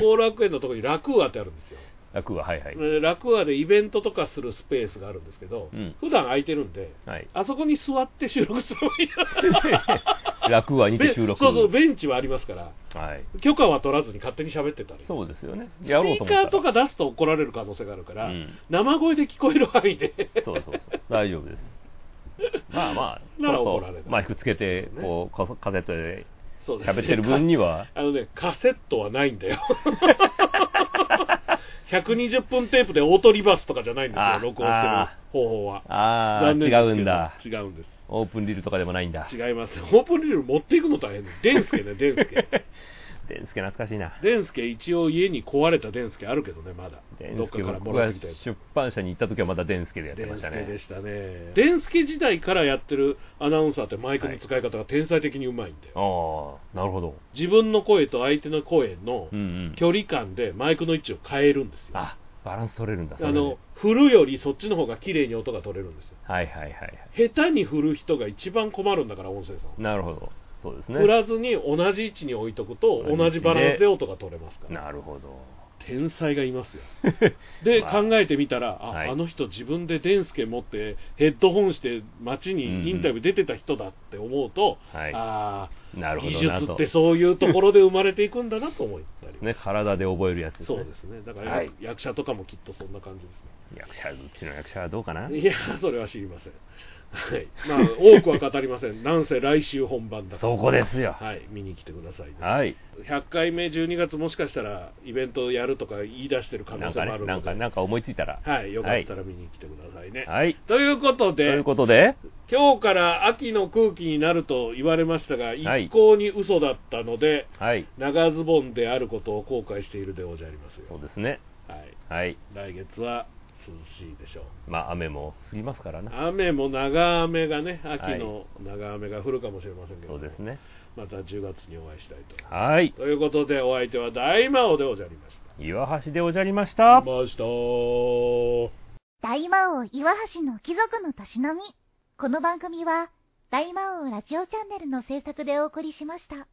Speaker 1: 後楽園のところに楽屋ってあるんですよ。
Speaker 2: 楽ははいはい、
Speaker 1: で楽屋でイベントとかするスペースがあるんですけど、
Speaker 2: うん
Speaker 1: 普段空いてるんで、
Speaker 2: はい
Speaker 1: あそこに座って収録すればいい
Speaker 2: 楽はに
Speaker 1: な
Speaker 2: て収録
Speaker 1: そうそう、ベンチはありますから、
Speaker 2: はい
Speaker 1: 許可は取らずに勝手に喋ってたり、
Speaker 2: そうですよね
Speaker 1: スピ
Speaker 2: やろう
Speaker 1: ー
Speaker 2: と思った
Speaker 1: カ
Speaker 2: ら
Speaker 1: ーとか出すと怒られる可能性があるから、
Speaker 2: うん
Speaker 1: 生声で聞こえる範囲で、
Speaker 2: そうそうそう、大丈夫です。まあまあ、
Speaker 1: なら
Speaker 2: ちょ
Speaker 1: 怒
Speaker 2: っ
Speaker 1: られない
Speaker 2: とマイクつけて、
Speaker 1: ね
Speaker 2: こう、カセカセットで
Speaker 1: そうですね
Speaker 2: 喋ってる分には、
Speaker 1: あのね、カセットはないん だよ。120分テープでオートリバースとかじゃないんですよ
Speaker 2: あ、
Speaker 1: 録音してる方法は。
Speaker 2: ああ、違うんだ。
Speaker 1: 違うんです。
Speaker 2: オープンリールとかでもないんだ。
Speaker 1: 違います。オープンリール持っていくの大変です。デンスケね、デンスケ。
Speaker 2: デンスケ懐かしいな。
Speaker 1: デンスケ、一応家に壊れたデンスケあるけどね、まだ。
Speaker 2: デン
Speaker 1: どっ
Speaker 2: ス
Speaker 1: か
Speaker 2: ケ、
Speaker 1: から
Speaker 2: 僕
Speaker 1: もら
Speaker 2: が
Speaker 1: ってきたやつ。
Speaker 2: 出版社に行った時はまだデンスケでやって
Speaker 1: デ
Speaker 2: ま
Speaker 1: ン
Speaker 2: し
Speaker 1: ス
Speaker 2: た
Speaker 1: ケで
Speaker 2: ね。
Speaker 1: したね。デンスケ時代からやってるアナウンサーってマイクの使い方が天才的にうまいんだよ。
Speaker 2: ああ、なるほど。
Speaker 1: 自分の声と相手の声の
Speaker 2: うんうん。
Speaker 1: 距離感でマイクの位置を変えるんですよ。
Speaker 2: あ、バランス取れるんだ、そ
Speaker 1: あ
Speaker 2: れで
Speaker 1: の振るよりそっちの方が綺麗に音が取れるんですよ
Speaker 2: はいはいはいは
Speaker 1: 下手に振る人が一番困るんだから音声さん
Speaker 2: い。
Speaker 1: は、
Speaker 2: なるほど。そうですね。
Speaker 1: 振らずに同じ位置に置いとくと同じバランスで音が取れますから
Speaker 2: なるほど。
Speaker 1: 天才がいます よで、
Speaker 2: まあ
Speaker 1: 考えてみたらあ,、
Speaker 2: はい
Speaker 1: あの人自分でデンスケ持ってヘッドホンして街にインタビュー出てた人だって思うと、
Speaker 2: はい
Speaker 1: あ
Speaker 2: な
Speaker 1: あ
Speaker 2: るほ
Speaker 1: 技
Speaker 2: どな
Speaker 1: 術っ
Speaker 2: と。
Speaker 1: てそういうところで生まれていくんだなと思ったり、
Speaker 2: ね、体で覚えるやつです
Speaker 1: そ
Speaker 2: ね。
Speaker 1: うですねだから、
Speaker 2: はい
Speaker 1: 役者とかもきっとそんな感じですね
Speaker 2: 役者、うちの役者はどうかな
Speaker 1: ねいやそれは知りませんはいまあ、多くは語りません、 なんせ来週本番だから
Speaker 2: そこですよ
Speaker 1: はい、見に来てください、ね
Speaker 2: はい
Speaker 1: 100回目、12月、もしかしたらイベントやるとか言い出してる可
Speaker 2: な
Speaker 1: 能
Speaker 2: ん
Speaker 1: 性
Speaker 2: か
Speaker 1: もあ
Speaker 2: ね
Speaker 1: る
Speaker 2: な
Speaker 1: の
Speaker 2: ん
Speaker 1: で、
Speaker 2: かなんか思いついたら
Speaker 1: はい、よかったら見に来てくださいね。
Speaker 2: はい
Speaker 1: ということ
Speaker 2: とい
Speaker 1: で
Speaker 2: う、ことで
Speaker 1: 今日から秋の空気になると言われましたが、
Speaker 2: い
Speaker 1: 一向に嘘だったので、
Speaker 2: はい
Speaker 1: 長ズボンであることを後悔しているでおじゃります
Speaker 2: そう
Speaker 1: よ。
Speaker 2: ですね
Speaker 1: はい、
Speaker 2: はい
Speaker 1: 来月は涼しいでしょう。
Speaker 2: まあ雨も降りますからな
Speaker 1: 雨も長雨がね、秋の長雨が降るかもしれませんけども、
Speaker 2: そうですね
Speaker 1: また10月にお会いしたいと。
Speaker 2: はい
Speaker 1: ということで、お相手は大魔王でおじゃりました。
Speaker 2: 岩橋でおじゃりました
Speaker 1: ましたー
Speaker 3: 大魔王岩橋の貴族のたしなみ。この番組は、大魔王ラジオチャンネルの制作でお送りしました。